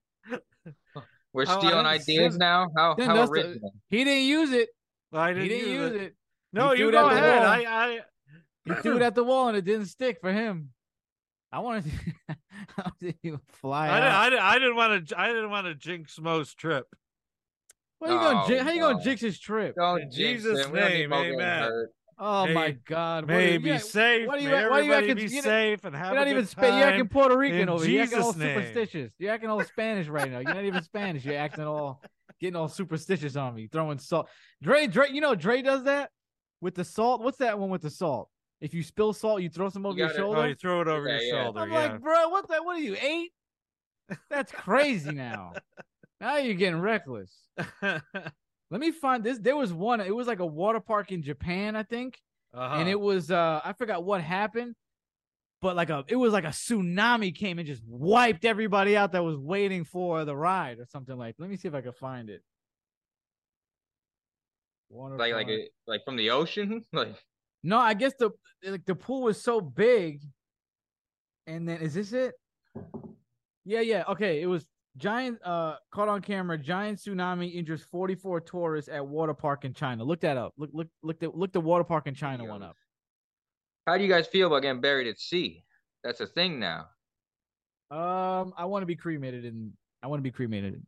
Speaker 3: We're
Speaker 1: Oh, I
Speaker 3: stealing
Speaker 1: didn't see
Speaker 3: ideas
Speaker 1: that.
Speaker 3: now. How
Speaker 2: Then
Speaker 3: how
Speaker 2: that's the-
Speaker 3: original?
Speaker 2: He didn't use it.
Speaker 1: I
Speaker 2: He
Speaker 1: didn't,
Speaker 2: didn't use it.
Speaker 1: No,
Speaker 2: He
Speaker 1: you,
Speaker 2: threw it
Speaker 1: go
Speaker 2: at the
Speaker 1: ahead.
Speaker 2: wall.
Speaker 1: I, I
Speaker 2: He threw it at the wall and it didn't stick for him. [laughs] I want to. How did you fly?
Speaker 1: I,
Speaker 2: out?
Speaker 1: didn't- I, didn't- I didn't want to. I didn't want to jinx Mo's trip.
Speaker 2: What are you going?
Speaker 3: Oh,
Speaker 2: to how you going
Speaker 3: wow.
Speaker 2: to jinx his trip?
Speaker 3: Don't
Speaker 1: In
Speaker 3: jinx
Speaker 1: Jesus'
Speaker 3: it. Oh, We don't need
Speaker 1: name,
Speaker 3: Mo getting
Speaker 1: amen.
Speaker 3: hurt.
Speaker 2: Oh my
Speaker 1: Hey,
Speaker 2: God! What are
Speaker 1: May
Speaker 2: you-
Speaker 1: be
Speaker 2: yeah,
Speaker 1: safe.
Speaker 2: why do you
Speaker 1: May
Speaker 2: act- why do you
Speaker 1: everybody
Speaker 2: acting-
Speaker 1: be
Speaker 2: you know-
Speaker 1: safe and have
Speaker 2: You're not
Speaker 1: a
Speaker 2: even
Speaker 1: good
Speaker 2: Spa- you're acting
Speaker 1: time.
Speaker 2: Puerto Rican
Speaker 1: in
Speaker 2: over here. You're acting all
Speaker 1: Jesus' name.
Speaker 2: superstitious. You're acting all Spanish right now. You're not even Spanish. You're acting all getting all superstitious on me, throwing salt. Dre, Dre, you know Dre does that with the salt. What's that one with the salt? If you spill salt, you throw some over your
Speaker 3: gotta- oh,
Speaker 1: Oh,
Speaker 2: shoulder.
Speaker 1: you throw it over
Speaker 3: Yeah,
Speaker 1: your
Speaker 3: yeah.
Speaker 1: shoulder.
Speaker 2: I'm
Speaker 1: yeah.
Speaker 2: like, bro, what the? What are you eight? That's crazy now. now you're getting reckless. Let me find this. There was one. It was like a water park in Japan, I think
Speaker 1: [laughs] Uh-huh.
Speaker 2: and it was uh I forgot what happened, but like a it was like a tsunami came and just wiped everybody out that was waiting for the ride or something like. Let me see if I can find it. Water
Speaker 3: Like like
Speaker 2: park.
Speaker 3: a, like from the ocean. [laughs] Like
Speaker 2: no, I guess the like the pool was so big, and then is this it? Yeah, yeah. Okay, it was giant. Uh, caught on camera. Giant tsunami injures forty four tourists at water park in China. Look that up. Look look look the look the water park in China one up.
Speaker 3: how do you guys feel about getting buried at sea? That's a thing now.
Speaker 2: Um, I want to be cremated, and I want to be cremated.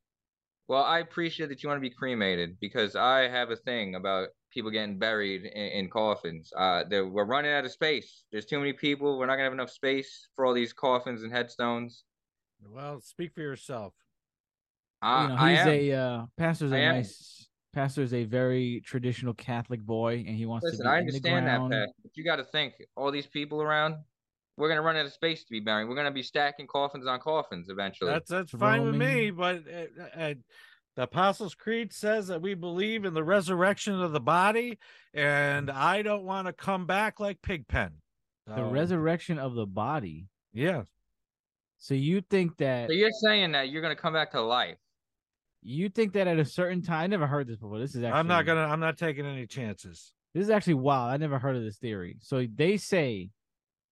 Speaker 3: Well, I appreciate that you want to be cremated because I have a thing about people getting buried in, in coffins. Uh, there- we're running out of space. There's too many people. We're not gonna have enough space for all these coffins and headstones.
Speaker 1: Well, speak for yourself.
Speaker 3: I,
Speaker 2: you know,
Speaker 3: I
Speaker 2: he's
Speaker 3: am.
Speaker 2: a uh, pastor's a
Speaker 3: I am.
Speaker 2: nice pastor's a very traditional Catholic boy, and he wants
Speaker 3: Listen,
Speaker 2: uh, to be
Speaker 3: I
Speaker 2: in the
Speaker 3: understand that,
Speaker 2: ground.
Speaker 3: Pat, but you got to think all these people around. We're gonna run out of space to be buried. We're gonna be stacking coffins on coffins eventually.
Speaker 1: That's that's fine with
Speaker 2: Roman-
Speaker 1: me, but uh, uh, the Apostles' Creed says that we believe in the resurrection of the body, and I don't want to come back like Pigpen.
Speaker 2: Mm. The
Speaker 3: Oh.
Speaker 1: So,
Speaker 2: resurrection of the body.
Speaker 1: yeah,
Speaker 2: So you think that
Speaker 3: so you're saying that you're gonna come back to life?
Speaker 2: you think that at a certain time? I never heard this before. This is actually
Speaker 1: I'm not gonna, I'm not taking any chances.
Speaker 2: This is actually wild. I never heard of this theory. So they say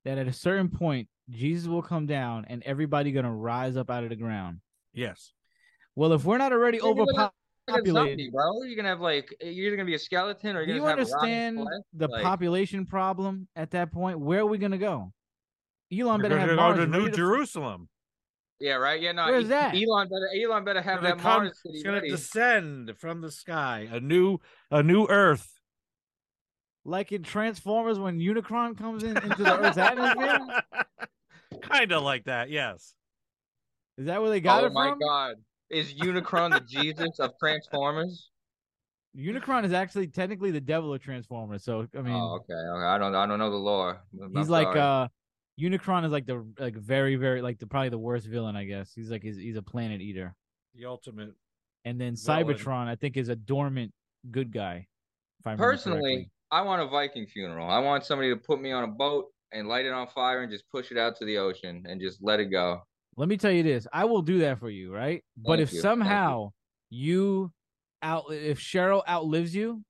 Speaker 2: that at a certain point, Jesus will come down, and everybody gonna rise up out of the ground.
Speaker 1: Yes,
Speaker 2: Well, if we're not already
Speaker 3: You're gonna
Speaker 2: overpopulated.
Speaker 3: Like a
Speaker 2: Populated.
Speaker 3: zombie, bro. You're gonna have like you're either gonna be a skeleton or
Speaker 2: Do
Speaker 3: you're
Speaker 2: you
Speaker 3: gonna have
Speaker 2: understand
Speaker 3: a rotten
Speaker 2: the
Speaker 3: flesh, like-
Speaker 2: population problem at that point? Where are we gonna go?
Speaker 1: we're
Speaker 2: Elon better
Speaker 1: gonna
Speaker 2: have
Speaker 1: go
Speaker 2: Mars
Speaker 1: to New
Speaker 2: ready to-
Speaker 1: Jerusalem.
Speaker 3: Yeah, right. Yeah, no.
Speaker 2: Where's
Speaker 3: E-
Speaker 2: that?
Speaker 3: Elon better. Elon better have
Speaker 1: Gonna
Speaker 3: that
Speaker 1: come-
Speaker 3: Mars city
Speaker 1: it's gonna
Speaker 3: ready.
Speaker 1: descend from the sky, a new, a new Earth.
Speaker 2: like in Transformers when Unicron comes in into the
Speaker 3: [laughs]
Speaker 2: Earth's atmosphere.
Speaker 1: [laughs] kind of like that, yes.
Speaker 2: Is that where they got
Speaker 3: oh
Speaker 2: it
Speaker 3: my
Speaker 2: from?
Speaker 3: God! Is Unicron the Jesus of Transformers?
Speaker 2: Unicron is actually technically the devil of Transformers. So [laughs] I mean,
Speaker 3: oh, okay. okay. I don't. I don't know the lore. I'm
Speaker 2: he's like uh,
Speaker 3: sorry.
Speaker 2: Unicron is like the like very very like the probably the worst villain I guess. He's like he's, he's a planet eater.
Speaker 1: The ultimate.
Speaker 2: And then
Speaker 1: Villain.
Speaker 2: Cybertron I think is a dormant good guy. If I remember
Speaker 3: Personally,
Speaker 2: correctly.
Speaker 3: I want a Viking funeral. I want somebody to put me on a boat and light it on fire and just push it out to the ocean and just let it go.
Speaker 2: let me tell you this. I will do that for you, right? But
Speaker 3: Thank
Speaker 2: if
Speaker 3: you. Thank you.
Speaker 2: somehow you out if Cheryl outlives you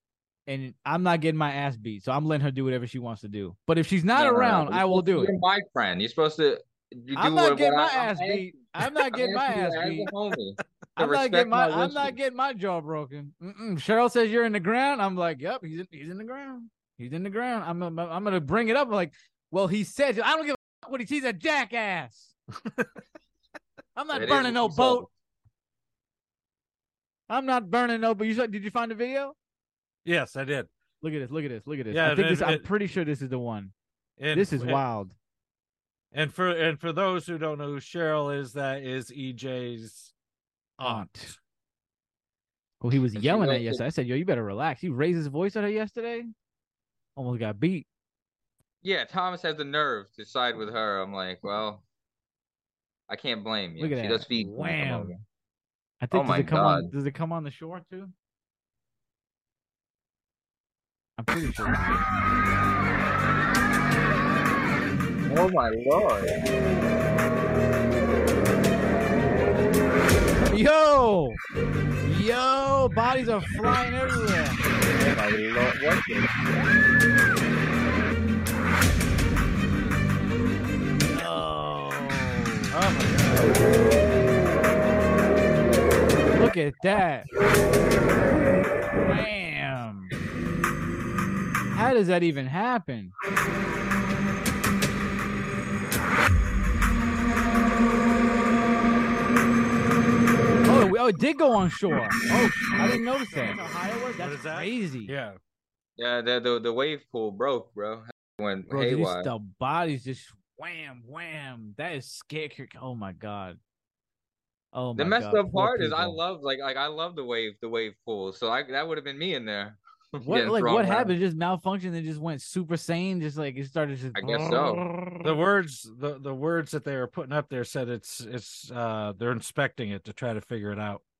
Speaker 2: and I'm not getting my ass beat, so I'm letting her do whatever she wants to do. But if she's not
Speaker 3: No, no, no.
Speaker 2: around,
Speaker 3: You're
Speaker 2: I will
Speaker 3: supposed to
Speaker 2: do
Speaker 3: be
Speaker 2: it.
Speaker 3: My friend, you're supposed to. You do
Speaker 2: I'm
Speaker 3: what-
Speaker 2: not
Speaker 3: what
Speaker 2: getting my
Speaker 3: I-
Speaker 2: ass
Speaker 3: I'm
Speaker 2: beat. I'm not getting my
Speaker 3: asking you
Speaker 2: ass
Speaker 3: as a
Speaker 2: beat.
Speaker 3: homie, to
Speaker 2: [laughs] I'm not
Speaker 3: respect
Speaker 2: getting my, I'm
Speaker 3: wishes.
Speaker 2: not getting my jaw broken. Mm-mm. Cheryl says you're in the ground. I'm like, yep, he's in, he's in the ground. He's in the ground. I'm I'm, I'm gonna bring it up. I'm like, well, he said I don't give a fuck what he sees a
Speaker 3: [laughs]
Speaker 2: jackass. I'm not
Speaker 3: That is
Speaker 2: burning no
Speaker 3: what you said.
Speaker 2: boat. I'm not burning no. But you said, did you find the video?
Speaker 1: Yes, I did.
Speaker 2: Look at this. Look at this. Look at this.
Speaker 1: Yeah,
Speaker 2: I think
Speaker 1: it-
Speaker 2: this. I'm
Speaker 1: it-
Speaker 2: pretty sure this is the one.
Speaker 1: And-
Speaker 2: this is
Speaker 1: and-
Speaker 2: wild.
Speaker 1: And for and for those who don't know who Cheryl is, that is EJ's Oh. aunt.
Speaker 2: Well, Oh, he was
Speaker 3: And she
Speaker 2: yelling at
Speaker 3: knows it.
Speaker 2: yesterday. I said, yo, you better relax. He raised his voice at her yesterday. Almost got beat.
Speaker 3: Yeah, Thomas has the nerve to side with her. I'm like, well, I can't blame you.
Speaker 2: Look at
Speaker 3: she
Speaker 2: that.
Speaker 3: does feed.
Speaker 2: Wham. I
Speaker 3: Oh
Speaker 2: think does
Speaker 3: my
Speaker 2: it come on?
Speaker 3: God.
Speaker 2: Does it come on the shore too? I'm pretty sure. it
Speaker 3: [laughs]
Speaker 2: does.
Speaker 3: Oh my lord!
Speaker 2: Yo, yo, bodies are flying everywhere.
Speaker 3: Oh my lord! What the-
Speaker 2: Oh, look at that! Bam! How does that even happen? Oh, we- oh, it did go on shore. Oh, I didn't notice that. That's how high it was? That's
Speaker 1: is that?
Speaker 2: crazy.
Speaker 1: Yeah.
Speaker 3: Yeah, the, the the wave pool broke, bro. Went
Speaker 2: Bro, dude,
Speaker 3: haywire.
Speaker 2: these- the bodies just wham, wham. That is scary. Oh my god. Oh my
Speaker 3: the messed
Speaker 2: God,
Speaker 3: up
Speaker 2: poor
Speaker 3: part is I
Speaker 2: people.
Speaker 3: love like like I love the wave the wave pool. So I that would have been me in there. [laughs]
Speaker 2: what
Speaker 3: Getting
Speaker 2: like
Speaker 3: thrown
Speaker 2: what
Speaker 3: around.
Speaker 2: happened? It Just malfunctioned and just went super sane. Just like it started just.
Speaker 3: I guess so.
Speaker 1: The words the, the words that they were putting up there said it's it's uh they're inspecting it to try to figure it out.
Speaker 2: [laughs]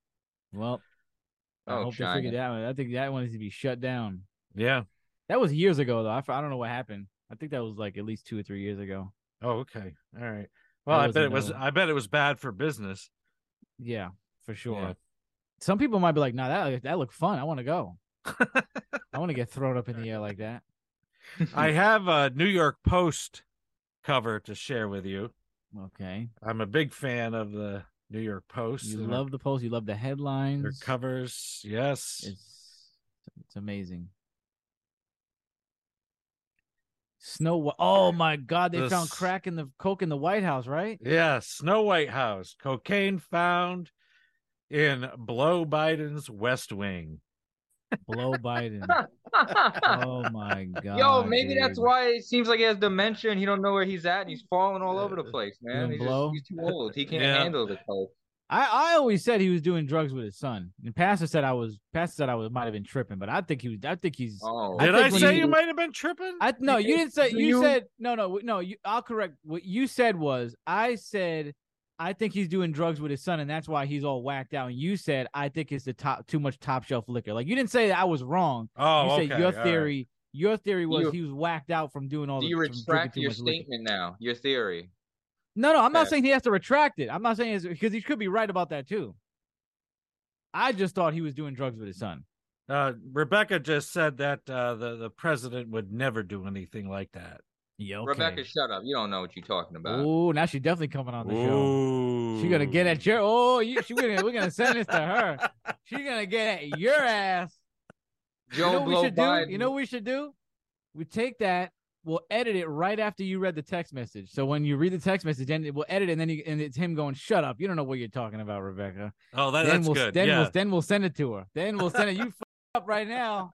Speaker 2: Well, I
Speaker 3: Oh,
Speaker 2: hope
Speaker 3: China.
Speaker 2: they figured that one. I think that one needs to be shut down.
Speaker 1: Yeah.
Speaker 2: That was years ago though. I, f- I don't know what happened. I think that was like at least two or three years ago.
Speaker 1: Oh, okay. All right. Well,
Speaker 2: That
Speaker 1: I
Speaker 2: was
Speaker 1: bet it was
Speaker 2: another
Speaker 1: I bet it was bad for business.
Speaker 2: Yeah, for sure.
Speaker 1: Yeah.
Speaker 2: Some people might be like, "Nah, that that looked fun. I want to
Speaker 3: [laughs]
Speaker 2: go. I want to get thrown up in the air like that."
Speaker 3: [laughs]
Speaker 1: I have a New York Post cover to share with you.
Speaker 2: Okay.
Speaker 1: I'm a big fan of the New York Post.
Speaker 2: You
Speaker 1: and
Speaker 2: love the post. You love the headlines.
Speaker 1: their covers. Yes.
Speaker 2: It's it's amazing. Snow White. Oh my God! They
Speaker 1: The
Speaker 2: found
Speaker 1: s-
Speaker 2: crack in the coke in the White House, right?
Speaker 1: Yeah, Snow White House. Cocaine found in Blow Biden's West Wing.
Speaker 2: Below
Speaker 3: [laughs]
Speaker 2: Biden. Oh my God!
Speaker 3: Yo, maybe that's
Speaker 2: dude.
Speaker 3: why it seems like he has dementia and he don't know where he's at and he's falling all over the place, man.
Speaker 2: Doing
Speaker 3: He's, just-
Speaker 2: Uh, blow?
Speaker 3: he's too old. He can't
Speaker 1: Yeah.
Speaker 3: handle the coke.
Speaker 2: I, I always said he was doing drugs with his son, and Pastor said I was. Pastor said I was might have been tripping, but I think he was. I think he's.
Speaker 3: Oh,
Speaker 1: Did
Speaker 2: think
Speaker 1: I
Speaker 2: when
Speaker 1: say
Speaker 2: you-
Speaker 1: you might have been tripping?
Speaker 2: I no, you didn't say.
Speaker 3: do
Speaker 2: You,
Speaker 3: you-
Speaker 2: said no, no, no. You, I'll correct. What you said was, I said, I think he's doing drugs with his son, and that's why he's all whacked out. And you said, I think it's the top too much top shelf liquor. Like you didn't say that I was wrong. you
Speaker 1: oh,
Speaker 2: said
Speaker 1: okay,
Speaker 2: your
Speaker 1: all right.
Speaker 2: theory. Your theory was
Speaker 3: you-
Speaker 2: he was whacked out from doing all
Speaker 3: do
Speaker 2: the.
Speaker 3: you
Speaker 2: from drinking
Speaker 3: retract
Speaker 2: too
Speaker 3: your
Speaker 2: much liquor.
Speaker 3: statement now? Your theory?
Speaker 2: No, no, I'm not
Speaker 3: Yeah.
Speaker 2: saying he has to retract it. I'm not saying it's because he could be right about that too. I just thought he was doing drugs with his son.
Speaker 1: Uh, Rebecca just said that uh, the the president would never do anything like that.
Speaker 2: Yeah,
Speaker 3: Rebecca, shut up. You don't know what you're talking about.
Speaker 2: Oh, now she's definitely coming on the show.
Speaker 1: Ooh.
Speaker 2: She gonna get at your oh you she we're gonna, we're gonna send this to her. She gonna get at your ass.
Speaker 3: Joe
Speaker 2: you know what
Speaker 3: Blow
Speaker 2: we should
Speaker 3: Biden.
Speaker 2: do? You know what we should do? We take that, we'll edit it right after you read the text message. So when you read the text message, then it- we'll edit it and then you, and it's him going, Shut up, you don't know what you're talking about, Rebecca.
Speaker 1: Oh, that,
Speaker 2: then
Speaker 1: that's
Speaker 2: we'll
Speaker 1: good.
Speaker 2: then
Speaker 1: yeah.
Speaker 2: we'll then we'll send it to her. Then we'll send it. You [laughs] f- up right now.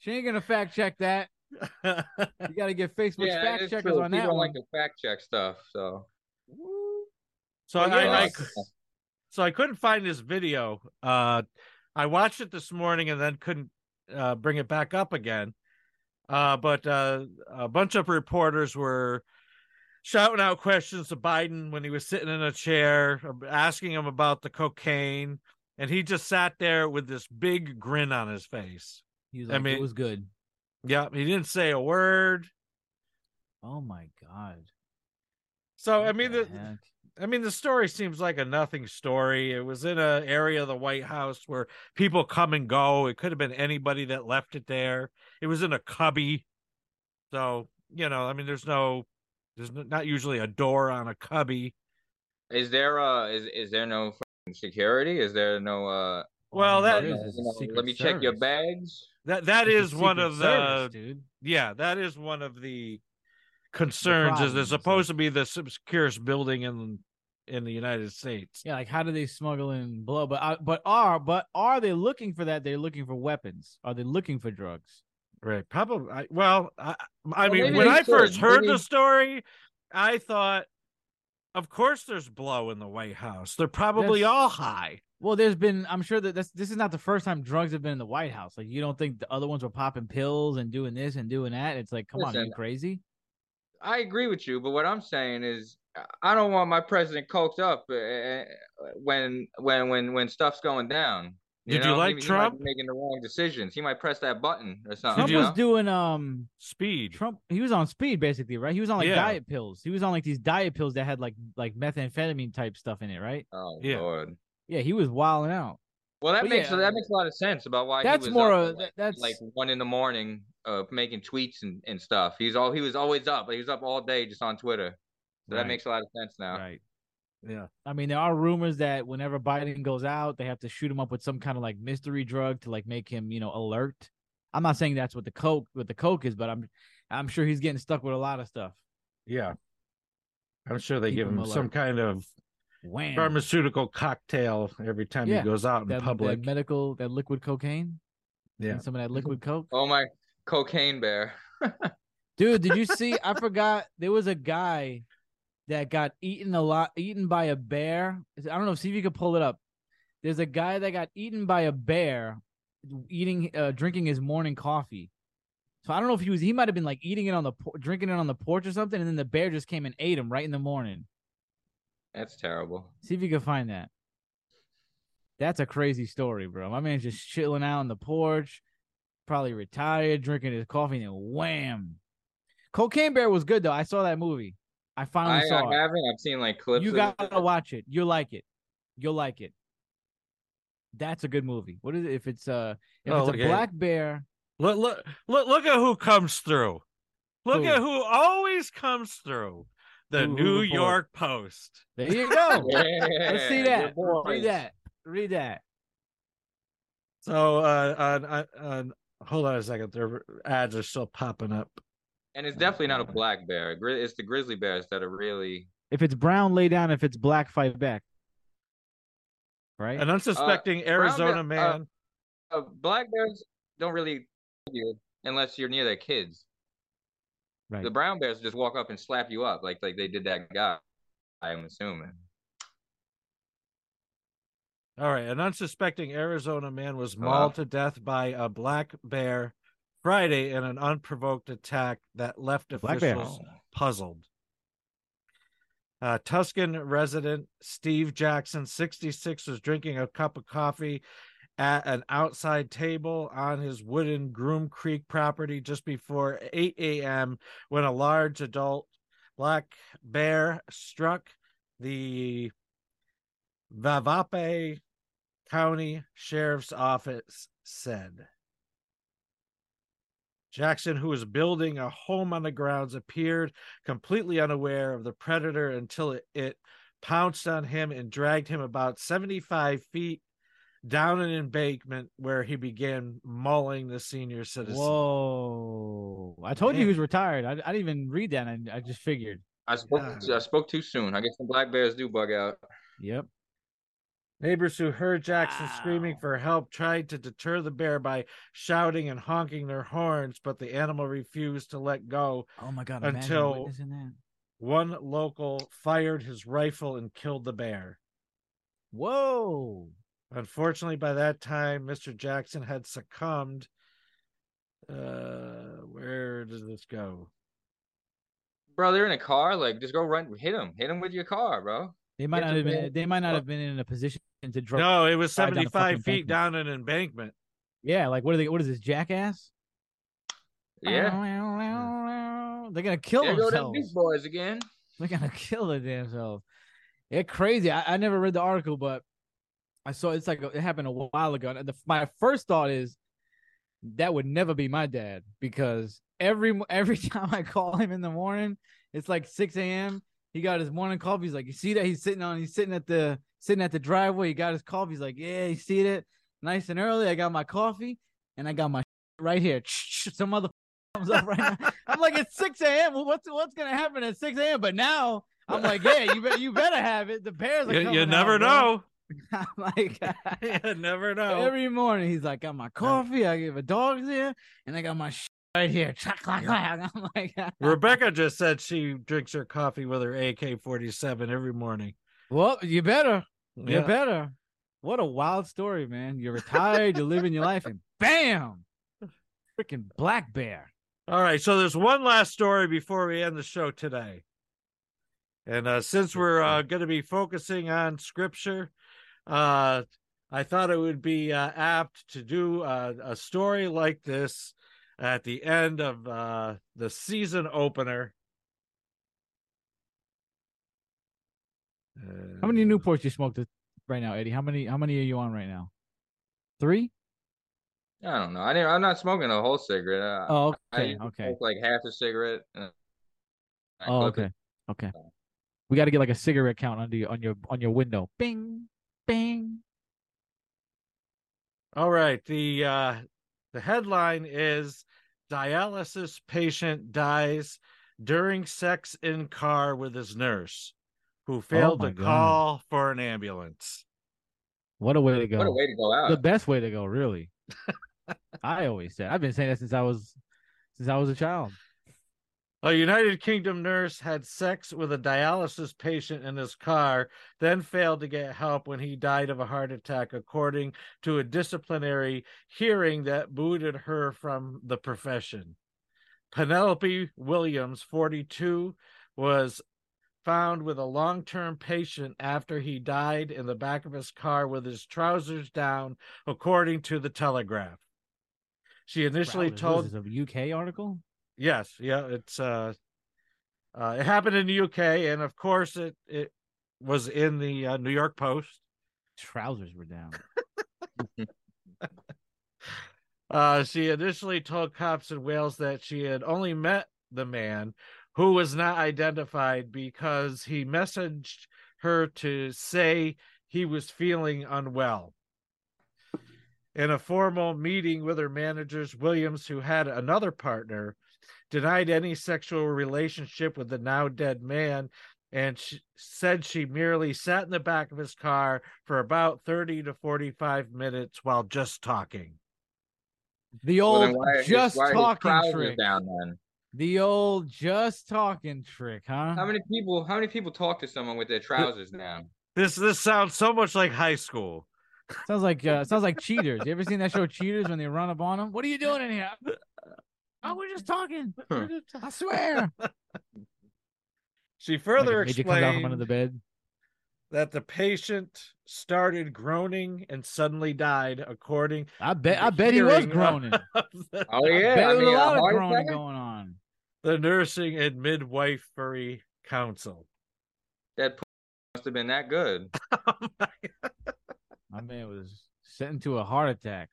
Speaker 2: She ain't gonna fact check that. You gotta get Facebook
Speaker 3: yeah,
Speaker 2: fact
Speaker 3: it's
Speaker 2: checkers
Speaker 3: true.
Speaker 2: on
Speaker 3: People
Speaker 2: that one.
Speaker 3: don't like to fact check stuff. So
Speaker 1: [laughs]
Speaker 3: Uh,
Speaker 1: so I, I,
Speaker 3: Fuck.
Speaker 1: so I couldn't find this video. Uh, I watched it this morning and then couldn't uh, bring it back up again. Uh, but uh, a bunch of reporters were shouting out questions to Biden when he was sitting in a chair, asking him about the cocaine, and he just sat there with this big grin on his face.
Speaker 2: He was
Speaker 1: I
Speaker 2: like,
Speaker 1: mean-
Speaker 2: it was good.
Speaker 1: Yeah, he didn't say a word.
Speaker 2: Oh my god.
Speaker 1: So Oh, I mean,
Speaker 2: the
Speaker 1: the, I mean, the story seems like a nothing story. It was in an area of the White House where people come and go. It could have been anybody that left it there. It was in a cubby. So, you know, I mean, there's no, there's n- not usually a door on a cubby.
Speaker 3: Is there uh is is there no fucking security? Is there no uh?
Speaker 2: Oh,
Speaker 1: Well, that-
Speaker 3: you
Speaker 1: There
Speaker 3: know,
Speaker 1: is, it's a
Speaker 3: let
Speaker 1: Secret
Speaker 3: me check your
Speaker 1: Service.
Speaker 3: bags.
Speaker 1: That, that
Speaker 2: It's
Speaker 1: is
Speaker 2: a
Speaker 1: one
Speaker 2: Secret
Speaker 1: of the,
Speaker 2: Service, dude.
Speaker 1: yeah, that is one of the concerns is there's
Speaker 2: problems, like-
Speaker 1: supposed to be the securest building in, in the United States.
Speaker 2: Yeah, like how do they smuggle in blow? But uh, but are but are they looking for that? They're looking for weapons. Are they looking for drugs?
Speaker 1: Right. Probably. I, well, I, I
Speaker 3: Well,
Speaker 1: mean,
Speaker 3: maybe
Speaker 1: when
Speaker 3: they
Speaker 1: I first
Speaker 3: should.
Speaker 1: heard
Speaker 3: Maybe-
Speaker 1: the story, I thought, of course, there's blow in the White House. They're probably
Speaker 2: That's-
Speaker 1: all high.
Speaker 2: Well, there's been. I'm sure that that's, this is not the first time drugs have been in the White House. Like you don't think the other ones were popping pills and doing this and doing that. It's like, come on, are you
Speaker 3: Listen,
Speaker 2: crazy?
Speaker 3: I agree with you, but what I'm saying is I don't want my president coked up uh, when when when when stuff's going down.
Speaker 1: Did you like
Speaker 3: He- he might
Speaker 1: Trump?
Speaker 3: be making the wrong decisions. He might press that button or something.
Speaker 2: Trump
Speaker 3: you
Speaker 2: was
Speaker 3: know?
Speaker 2: doing um
Speaker 1: Speed.
Speaker 2: Trump. He was on speed basically, right? He was on like
Speaker 1: Yeah.
Speaker 2: diet pills. He was on like these diet pills that had like like methamphetamine type stuff in it, right?
Speaker 3: oh
Speaker 1: Yeah.
Speaker 3: lord.
Speaker 2: Yeah, he was wilding out.
Speaker 3: Well, that
Speaker 2: But
Speaker 3: makes
Speaker 2: yeah, uh,
Speaker 3: that makes a lot of sense about why
Speaker 2: That's
Speaker 3: he was
Speaker 2: more
Speaker 3: up
Speaker 2: of
Speaker 3: at, like,
Speaker 2: that's
Speaker 3: like one in the morning, uh, making tweets and, and stuff. He's all he was always up. He was up all day just on Twitter. So
Speaker 1: Right.
Speaker 3: that makes a lot of sense now.
Speaker 1: Right. Yeah.
Speaker 2: I mean, there are rumors that whenever Biden goes out, they have to shoot him up with some kind of like mystery drug to like make him, you know, alert. I'm not saying that's what the coke what the coke is, but I'm I'm sure he's getting stuck with a lot of stuff.
Speaker 1: Yeah. I'm sure they
Speaker 2: Keep
Speaker 1: give
Speaker 2: him
Speaker 1: him some
Speaker 2: alert.
Speaker 1: kind of
Speaker 2: Wham!
Speaker 1: pharmaceutical cocktail every time
Speaker 2: Yeah.
Speaker 1: he goes out in
Speaker 2: that,
Speaker 1: public.
Speaker 2: that medical that liquid cocaine.
Speaker 1: Yeah.
Speaker 2: And Some of that liquid coke.
Speaker 3: Oh my cocaine bear.
Speaker 2: Dude, did you see? I forgot there was a guy that got eaten a lot, eaten by a bear. Is- I don't know. See if you could pull it up. There's a guy that got eaten by a bear, eating, uh, drinking his morning coffee. So I don't know if he was. He might have been like eating it on the, por- drinking it on the porch or something, and then the bear just came and ate him right in the morning.
Speaker 3: That's terrible.
Speaker 2: See if you can find that. That's a crazy story, bro. My man's just chilling out on the porch, probably retired, drinking his coffee, and then wham. Cocaine Bear was good though. I saw that movie. I
Speaker 3: I,
Speaker 2: finally
Speaker 3: I
Speaker 2: saw it.
Speaker 3: haven't. I've seen like clips.
Speaker 2: You
Speaker 3: of
Speaker 2: gotta
Speaker 3: it.
Speaker 2: watch it. You'll like it. You'll like it. That's a good movie. What is it? If it's uh if
Speaker 1: Oh,
Speaker 2: it's
Speaker 1: look
Speaker 2: a
Speaker 1: at it.
Speaker 2: black bear,
Speaker 1: Look, look, look, look at who comes through. Look
Speaker 2: Who?
Speaker 1: at who always comes through. The
Speaker 2: Who- who
Speaker 1: New
Speaker 2: the boy?
Speaker 1: York Post.
Speaker 2: there you go.
Speaker 3: [laughs] Yeah,
Speaker 2: Let's see
Speaker 3: good
Speaker 2: that.
Speaker 3: boys.
Speaker 2: Read that. Read that.
Speaker 1: So, uh, on, on, on, hold on a second. Their ads are still popping up.
Speaker 3: And it's definitely not a black bear. Gri- It's the grizzly bears that are really.
Speaker 2: If it's brown, lay down. If it's black, fight back. Right?
Speaker 1: An unsuspecting Arizona
Speaker 3: Uh, Brown bear- uh,
Speaker 1: man.
Speaker 3: Uh, black bears don't really kill you unless you're near their kids.
Speaker 2: Right.
Speaker 3: The brown bears just walk up and slap you up like like they did that guy. I'm assuming.
Speaker 1: All right. An unsuspecting Arizona man was
Speaker 3: Hello?
Speaker 1: mauled to death by a black bear Friday in an unprovoked attack that left
Speaker 2: Black bear.
Speaker 1: officials puzzled. Uh, Tuscan resident Steve Jackson, 66, was drinking a cup of coffee at an outside table on his wooden Groom Creek property just before 8 a.m. when a large adult black bear struck the Vavape County Sheriff's Office said. Jackson, who was building a home on the grounds, appeared completely unaware of the predator until it, it pounced on him and dragged him about 75 feet down an embankment where he began mauling the senior citizen.
Speaker 2: Whoa! I told you he
Speaker 1: Man.
Speaker 2: was retired. I, I didn't even read that. I, I just figured.
Speaker 3: I spoke.
Speaker 1: Yeah.
Speaker 3: I spoke too soon. I guess the black bears do bug out.
Speaker 2: Yep.
Speaker 1: Neighbors who heard Jackson screaming
Speaker 2: Wow.
Speaker 1: for help tried to deter the bear by shouting and honking their horns, but the animal refused to let go.
Speaker 2: Oh my god!
Speaker 1: imagine Until-
Speaker 2: witnessing that.
Speaker 1: One local fired his rifle and killed the bear.
Speaker 2: Whoa!
Speaker 1: Unfortunately, by that time, Mr. Jackson had succumbed. Uh, where does this go?
Speaker 3: bro, they're in a car. Like, just go run, hit him, hit him with your car, bro.
Speaker 2: They might
Speaker 3: Get
Speaker 2: not
Speaker 3: the
Speaker 2: have been.
Speaker 3: ball.
Speaker 2: They might not have been in a position to drive.
Speaker 1: No, it was
Speaker 2: drive down a
Speaker 1: 75
Speaker 2: fucking
Speaker 1: feet
Speaker 2: embankment.
Speaker 1: down an
Speaker 2: [laughs]
Speaker 1: embankment.
Speaker 2: Yeah, like what are they? What is this jackass? Uh-huh.
Speaker 3: Yeah,
Speaker 2: They're gonna kill
Speaker 3: there go them
Speaker 2: themselves.
Speaker 3: big boys again.
Speaker 2: They're gonna [laughs] kill their damn self. It's crazy. I, I never read the article, but I saw it's like it happened a while ago. And the, my first thought is that would never be my dad because every [laughs] every time I call him in the morning, it's like six a.m. He got his morning coffee. He's like, you see that? He's sitting on. He's sitting at the sitting at the driveway. He got his coffee. He's like, yeah, you see that? Nice and early. I got my coffee and I got my [laughs] right here. Some other [laughs] comes up right now. I'm like, it's 6 a.m. Well, what's what's gonna happen at 6 a.m.? But now I'm like, yeah, you bet you better have it. The Bears are
Speaker 1: You,
Speaker 2: coming
Speaker 1: you
Speaker 2: out,
Speaker 1: never
Speaker 2: bro.
Speaker 1: know.
Speaker 2: [laughs] I'm like,
Speaker 1: [laughs] You never know.
Speaker 2: every morning he's like, got my coffee, I give a dog's here, and I got my shit right here. [laughs] Clack, clack, clack. I'm like, [laughs]
Speaker 1: Rebecca just said she drinks her coffee with her AK 47 every morning.
Speaker 2: well, you better,
Speaker 1: Yeah.
Speaker 2: you better. What a wild story, man. You're retired, you're living your life, and bam, freaking black bear.
Speaker 1: All right. So there's one last story before we end the show today. And uh, since we're uh, going to be focusing on scripture, uh, I thought it would be uh, apt to do uh, a story like this at the end of uh, the season opener.
Speaker 2: How
Speaker 1: Uh,
Speaker 2: many Newports you smoked this- right now, Eddie? How many? How many are you on right now? Three.
Speaker 3: I don't know. I didn't. I'm not smoking a whole cigarette. I,
Speaker 2: Oh,
Speaker 3: I
Speaker 2: okay,
Speaker 3: usually
Speaker 2: okay.
Speaker 3: smoke, like half a cigarette. and I
Speaker 2: Oh,
Speaker 3: clip it.
Speaker 2: okay, okay. We got to get like a cigarette count under your, on your on your window. Bing, bing.
Speaker 1: All right. The uh the headline is dialysis patient dies during sex in car with his nurse who failed
Speaker 2: Oh my
Speaker 1: to
Speaker 2: God.
Speaker 1: call for an ambulance.
Speaker 2: What a way to go!
Speaker 3: What a way to go
Speaker 2: the
Speaker 3: out.
Speaker 2: best way to go, really. I always said. I've been saying that since I was since I was a child.
Speaker 1: A United Kingdom nurse had sex with a dialysis patient in his car, then failed to get help when he died of a heart attack, according to a disciplinary hearing that booted her from the profession. Penelope Williams, 42, was found with a long term patient after he died in the back of his car with his trousers down, according to the Telegraph. She initially
Speaker 2: Wow,
Speaker 1: told
Speaker 2: what is this, a UK article.
Speaker 1: Yes, yeah, it's uh, uh, it happened in the UK, and of course, it it was in the uh, New York Post.
Speaker 2: Trousers were down.
Speaker 1: Uh, she initially told cops in Wales that she had only met the man who was not identified because he messaged her to say he was feeling unwell. In a formal meeting with her managers, Williams, who had another partner, denied any sexual relationship with the now dead man and she said she merely sat in the back of his car for about 30 to 45 minutes while just talking.
Speaker 2: The
Speaker 3: Well,
Speaker 2: old
Speaker 3: then why are his-
Speaker 2: just
Speaker 3: why are his
Speaker 2: talking
Speaker 3: trousers
Speaker 2: trick.
Speaker 3: Down then.
Speaker 2: The old just talking trick, huh?
Speaker 3: How many people? How many people talk to someone with their trousers down?
Speaker 1: This this sounds so much like high school.
Speaker 2: Sounds like uh, sounds like cheaters. You ever seen that show Cheaters when they run up on them? What are you doing in
Speaker 3: [laughs]
Speaker 2: here? Oh, we're just talking.
Speaker 3: Huh.
Speaker 2: I swear.
Speaker 1: She further
Speaker 2: like a midget comes out from
Speaker 1: explained
Speaker 2: under the bed.
Speaker 1: that the patient started groaning and suddenly died, according [laughs]
Speaker 2: I bet.
Speaker 1: to
Speaker 2: I
Speaker 1: the
Speaker 2: bet he was
Speaker 1: hearing
Speaker 2: groaning.
Speaker 1: of the,
Speaker 3: Oh
Speaker 2: I
Speaker 3: yeah,
Speaker 2: bet
Speaker 3: I
Speaker 2: there was
Speaker 3: mean,
Speaker 2: a lot of
Speaker 3: heart
Speaker 2: groaning
Speaker 3: attack?
Speaker 2: going on.
Speaker 1: the Nursing and Midwifery Council. [laughs]
Speaker 3: That p- must have been that good.
Speaker 1: Oh
Speaker 2: I mean, it was sent into a heart attack.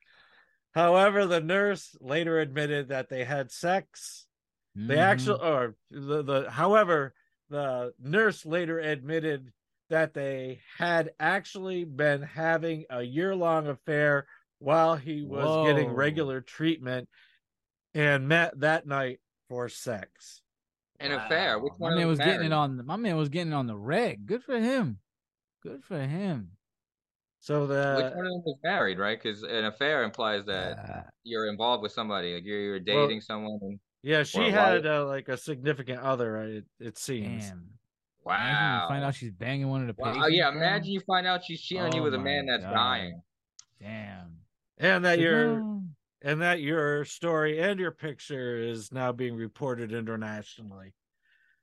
Speaker 1: However, the nurse later admitted that they had sex The
Speaker 2: Mhm.
Speaker 1: actual, or the, the, however, the nurse later admitted that they had actually been having a year long affair while he was getting
Speaker 2: Whoa.
Speaker 1: regular treatment and met that night for sex.
Speaker 3: An affair. Which
Speaker 2: My
Speaker 3: one
Speaker 2: man
Speaker 3: of
Speaker 2: was
Speaker 3: them
Speaker 2: getting it
Speaker 3: married?
Speaker 2: on. My man was getting it on the reg. Good for him. Good for him.
Speaker 1: So
Speaker 3: Which
Speaker 1: the,
Speaker 3: one of them was married, right? Because an affair implies that
Speaker 2: Uh,
Speaker 3: you're involved with somebody, like you're, you're
Speaker 1: Well-
Speaker 3: dating someone. And,
Speaker 1: yeah, she
Speaker 3: wife.
Speaker 1: had uh, like a significant other, it, it seems.
Speaker 2: damn. Imagine
Speaker 3: wow.
Speaker 2: you find out she's banging one of the
Speaker 3: Wow,
Speaker 2: patients,
Speaker 3: yeah,
Speaker 2: bro.
Speaker 3: imagine you find out she's cheating on you
Speaker 2: Oh
Speaker 3: with a
Speaker 2: my
Speaker 3: man that's
Speaker 2: God.
Speaker 3: dying.
Speaker 2: Damn.
Speaker 1: And that
Speaker 2: Said,
Speaker 1: your,
Speaker 2: "No."
Speaker 1: and that your story and your picture is now being reported internationally.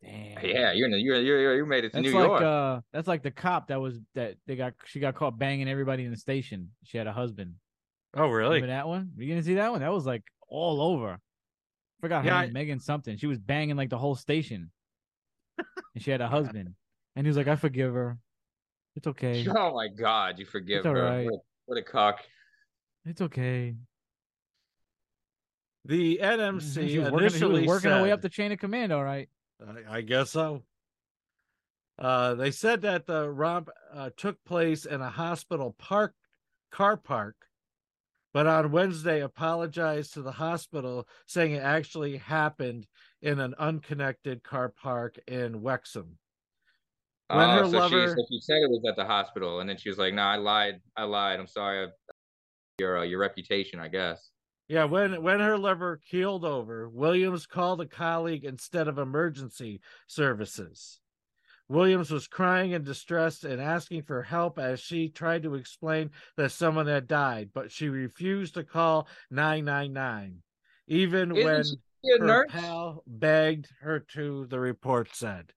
Speaker 3: Yeah, you're in the, you're, you're you made it to
Speaker 2: That's
Speaker 3: New
Speaker 2: like
Speaker 3: York.
Speaker 2: uh that's like the cop that was that they got she got caught banging everybody in the station. She had a husband.
Speaker 1: Oh really?
Speaker 2: Remember that one? You gonna see that one? That was like all over. Forgot her
Speaker 1: Yeah,
Speaker 2: name, Megan something. She was banging like the whole station. and she had a husband. And he was like, I forgive her. It's okay.
Speaker 3: [laughs] Oh my God, you forgive
Speaker 2: It's
Speaker 3: her.
Speaker 2: all right.
Speaker 3: What, what a cock.
Speaker 2: It's okay.
Speaker 1: The
Speaker 2: Mhm.
Speaker 1: NMC
Speaker 2: she was working, she was
Speaker 1: initially
Speaker 2: working her way
Speaker 1: said-
Speaker 2: up the chain of command, all right.
Speaker 1: I, I guess so. Uh, they said that the romp uh, took place in a hospital park car park, but on Wednesday apologized to the hospital, saying it actually happened in an unconnected car park in Wexham. When
Speaker 3: Oh,
Speaker 1: her
Speaker 3: so she,
Speaker 1: lover-
Speaker 3: so she said it was at the hospital, and then she was like, "No, I lied. I lied. I'm sorry. I, your uh, your reputation, I guess."
Speaker 1: Yeah, when when her lover keeled over, Williams called a colleague instead of emergency services. Williams was crying in distress and asking for help as she tried to explain that someone had died, but she refused to call 999, even
Speaker 3: Isn't
Speaker 1: when
Speaker 3: she a
Speaker 1: her
Speaker 3: nurse?
Speaker 1: pal begged her to, the report said.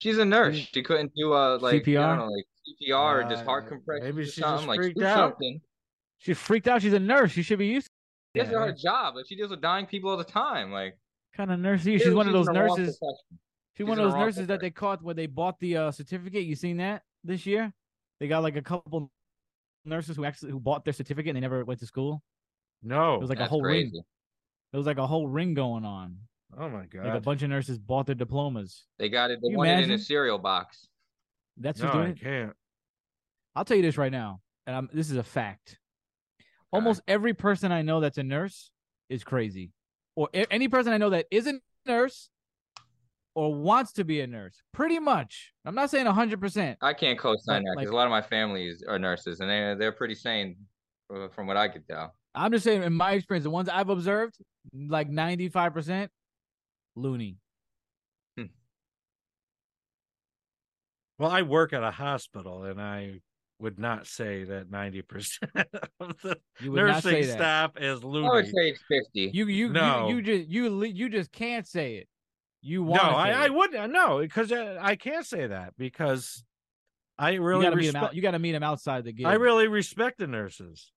Speaker 3: She's a nurse. She couldn't do uh like I
Speaker 2: CPR?
Speaker 3: don't know, like CPR or just
Speaker 1: Uh,
Speaker 3: heart compression.
Speaker 1: maybe
Speaker 3: or
Speaker 1: she just
Speaker 3: something. like
Speaker 1: freaked
Speaker 3: do
Speaker 1: out.
Speaker 3: something.
Speaker 2: She's freaked out. She's a nurse. She should be used
Speaker 3: This is her job. Like she deals with dying people all the time. Like
Speaker 2: kind of nurse you.
Speaker 3: Ew,
Speaker 2: She's one of
Speaker 3: she's
Speaker 2: those
Speaker 3: in the wrong
Speaker 2: nurses.
Speaker 3: profession.
Speaker 2: She's
Speaker 3: She's
Speaker 2: one
Speaker 3: in
Speaker 2: of
Speaker 3: the
Speaker 2: those
Speaker 3: wrong
Speaker 2: nurses that they caught where they bought the uh, certificate. You seen that this year? They got like a couple nurses who actually who bought their certificate and they never went to school.
Speaker 1: No.
Speaker 2: It was like a whole ring. It was like a whole ring going on.
Speaker 1: Oh my
Speaker 2: Like a
Speaker 1: god.
Speaker 2: bunch of nurses bought their diplomas.
Speaker 3: they got it. They
Speaker 2: You
Speaker 3: want it in a
Speaker 2: imagine?
Speaker 3: cereal box.
Speaker 2: That's
Speaker 1: No,
Speaker 2: who's doing
Speaker 1: I
Speaker 2: it.
Speaker 1: can't.
Speaker 2: I'll tell you this right now, and I'm, this is a fact. Almost every person I know that's a nurse is crazy, or a- any person I know that isn't a nurse or wants to be a nurse. Pretty much. I'm not saying 100. percent
Speaker 3: I can't co-sign
Speaker 2: Like-
Speaker 3: that because
Speaker 2: like-
Speaker 3: a lot of my family is, are nurses, and they they're pretty sane uh, from what I could tell.
Speaker 2: I'm just saying, in my experience, the ones I've observed, like 95 percent, loony.
Speaker 1: Well, I work at a hospital and I would not say that 90% [laughs] of the
Speaker 2: You would not
Speaker 1: nursing
Speaker 2: say that.
Speaker 1: staff is loony.
Speaker 3: I would say it's fifty.
Speaker 2: You you
Speaker 1: No.
Speaker 2: you, you just you le- you just can't say it. You
Speaker 1: No,
Speaker 2: want
Speaker 1: I, I wouldn't. uh, No, because I, I can't say that because I
Speaker 2: you
Speaker 1: really
Speaker 2: gotta meet him out.
Speaker 1: respect.
Speaker 2: You gotta meet him outside the gig.
Speaker 1: I really respect the nurses.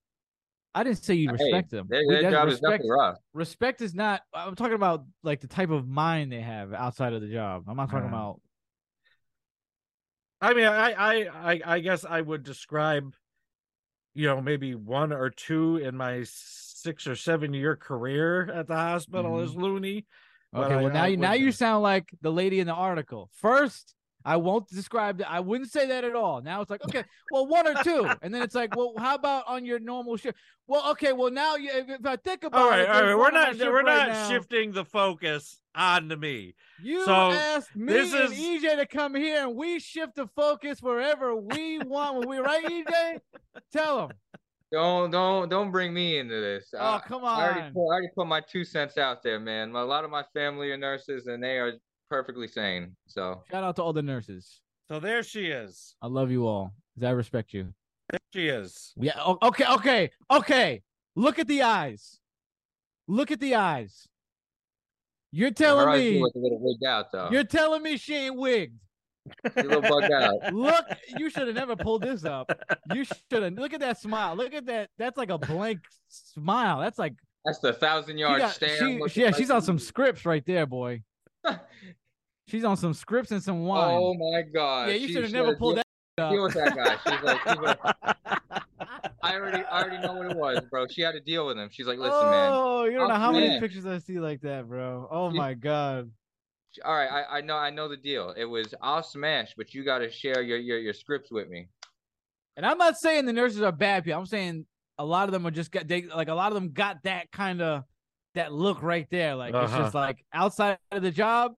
Speaker 2: I didn't say you respect them.
Speaker 3: Their,
Speaker 2: We-
Speaker 3: their
Speaker 2: that's
Speaker 3: job is
Speaker 2: respect,
Speaker 3: definitely rough.
Speaker 2: respect is not. I'm talking about like the type of mind they have outside of the job. I'm not talking
Speaker 1: Uh,
Speaker 2: about.
Speaker 1: I mean, I, I, I, I guess I would describe, you know, maybe one or two in my six or seven year career at the hospital
Speaker 2: Mhm.
Speaker 1: as loony. but
Speaker 2: Okay,
Speaker 1: I-
Speaker 2: well now
Speaker 1: I
Speaker 2: you now you
Speaker 1: wouldn't.
Speaker 2: sound like the lady in the article. First, I won't describe that. I wouldn't say that at all. Now it's like
Speaker 1: [laughs]
Speaker 2: okay, well one or two, and then it's like, well, how about on your normal shift? Well, okay, well now you, if, if I think about
Speaker 1: All right,
Speaker 2: it,
Speaker 1: all
Speaker 2: Oh, there's
Speaker 1: right. We're
Speaker 2: one on my
Speaker 1: not
Speaker 2: shift
Speaker 1: we're
Speaker 2: right
Speaker 1: not
Speaker 2: now.
Speaker 1: shifting the focus onto me.
Speaker 2: You
Speaker 1: So,
Speaker 2: asked me
Speaker 1: this
Speaker 2: and
Speaker 1: is-
Speaker 2: EJ to come here, and we shift the focus wherever we want. When we right, EJ, tell
Speaker 3: [laughs]
Speaker 2: them.
Speaker 3: Don't don't don't bring me into this. Uh,
Speaker 2: Oh,
Speaker 3: I-
Speaker 2: come
Speaker 3: I
Speaker 2: on.
Speaker 3: already, put, I already put my two cents out there, man. A lot of my family are nurses, and they are perfectly sane. So
Speaker 2: Shout out to all the nurses.
Speaker 1: So there she is.
Speaker 2: I love you all. 'cause I respect you.
Speaker 1: She is.
Speaker 2: Yeah. o- Okay. Okay. Okay. Look at the eyes. Look at the eyes. You're telling
Speaker 3: her eyes
Speaker 2: me.
Speaker 3: was a little wigged out, though.
Speaker 2: You're telling me she ain't wigged.
Speaker 3: She's a
Speaker 2: [laughs]
Speaker 3: little bugged
Speaker 1: [laughs]
Speaker 3: out.
Speaker 2: Look, you should have never pulled this up.
Speaker 3: [laughs]
Speaker 2: You should have. Look at that smile. Look at that. That's like a blank smile. That's like
Speaker 3: That's the thousand
Speaker 2: she
Speaker 3: yard
Speaker 2: got-
Speaker 3: stare.
Speaker 2: she-
Speaker 3: looking
Speaker 2: yeah.
Speaker 3: like-
Speaker 2: She's on some scripts right there,
Speaker 3: [laughs]
Speaker 2: boy. She's on some scripts and some wine.
Speaker 3: Oh my god.
Speaker 2: yeah, you
Speaker 3: She
Speaker 2: should have never
Speaker 3: should've
Speaker 2: pulled
Speaker 3: deal-
Speaker 2: that up.
Speaker 3: Deal with that guy. She's like,
Speaker 2: [laughs]
Speaker 3: she's like I already, I already know what it was, bro. She had to deal with him. She's like, listen, man.
Speaker 2: oh, you don't know
Speaker 3: I'm
Speaker 2: how many
Speaker 3: mad.
Speaker 2: pictures I see like that, bro. Oh
Speaker 3: Yeah.
Speaker 2: my god.
Speaker 3: All right, I, I know, I know the deal. It was I'll smash, but you got to share your, your your scripts with me.
Speaker 2: And I'm not saying the nurses are bad people. I'm saying a lot of them are just got they like a lot of them got that kind of that look right there. Like it's
Speaker 1: Uh-huh.
Speaker 2: just like outside of the job,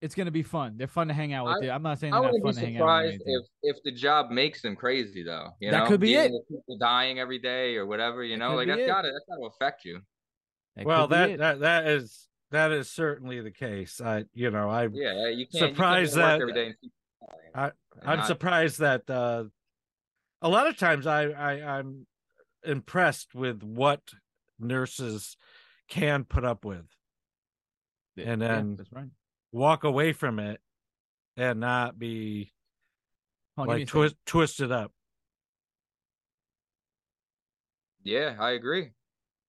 Speaker 2: it's gonna be fun. They're fun to hang out with.
Speaker 3: I-
Speaker 2: dude. I'm not saying
Speaker 3: I
Speaker 2: they're not
Speaker 3: wouldn't be
Speaker 2: fun to hang out with. or
Speaker 3: surprised
Speaker 2: anything.
Speaker 3: if if the job makes them crazy though. You
Speaker 2: That
Speaker 3: know,
Speaker 2: could be
Speaker 3: Dealing
Speaker 2: it.
Speaker 3: with people dying every day or whatever. You know,
Speaker 2: could
Speaker 3: like
Speaker 2: be
Speaker 3: that's
Speaker 2: it.
Speaker 3: gotta that's gotta affect you.
Speaker 2: That
Speaker 1: well,
Speaker 2: could be
Speaker 1: that, that
Speaker 2: it.
Speaker 1: that is that is certainly the case. I you know I
Speaker 3: Yeah, you can't.
Speaker 1: Surprised
Speaker 3: you can't go to work
Speaker 1: that-
Speaker 3: every day. And keep
Speaker 1: I-
Speaker 3: and
Speaker 1: I'm
Speaker 3: not-
Speaker 1: surprised that uh, a lot of times I, I I'm impressed with what nurses can put up with.
Speaker 2: Yeah,
Speaker 1: and then-
Speaker 2: that's right.
Speaker 1: walk away from it and not be
Speaker 2: Hold
Speaker 1: like
Speaker 2: on, give me a second.
Speaker 1: twist, twisted up.
Speaker 3: Yeah, I agree.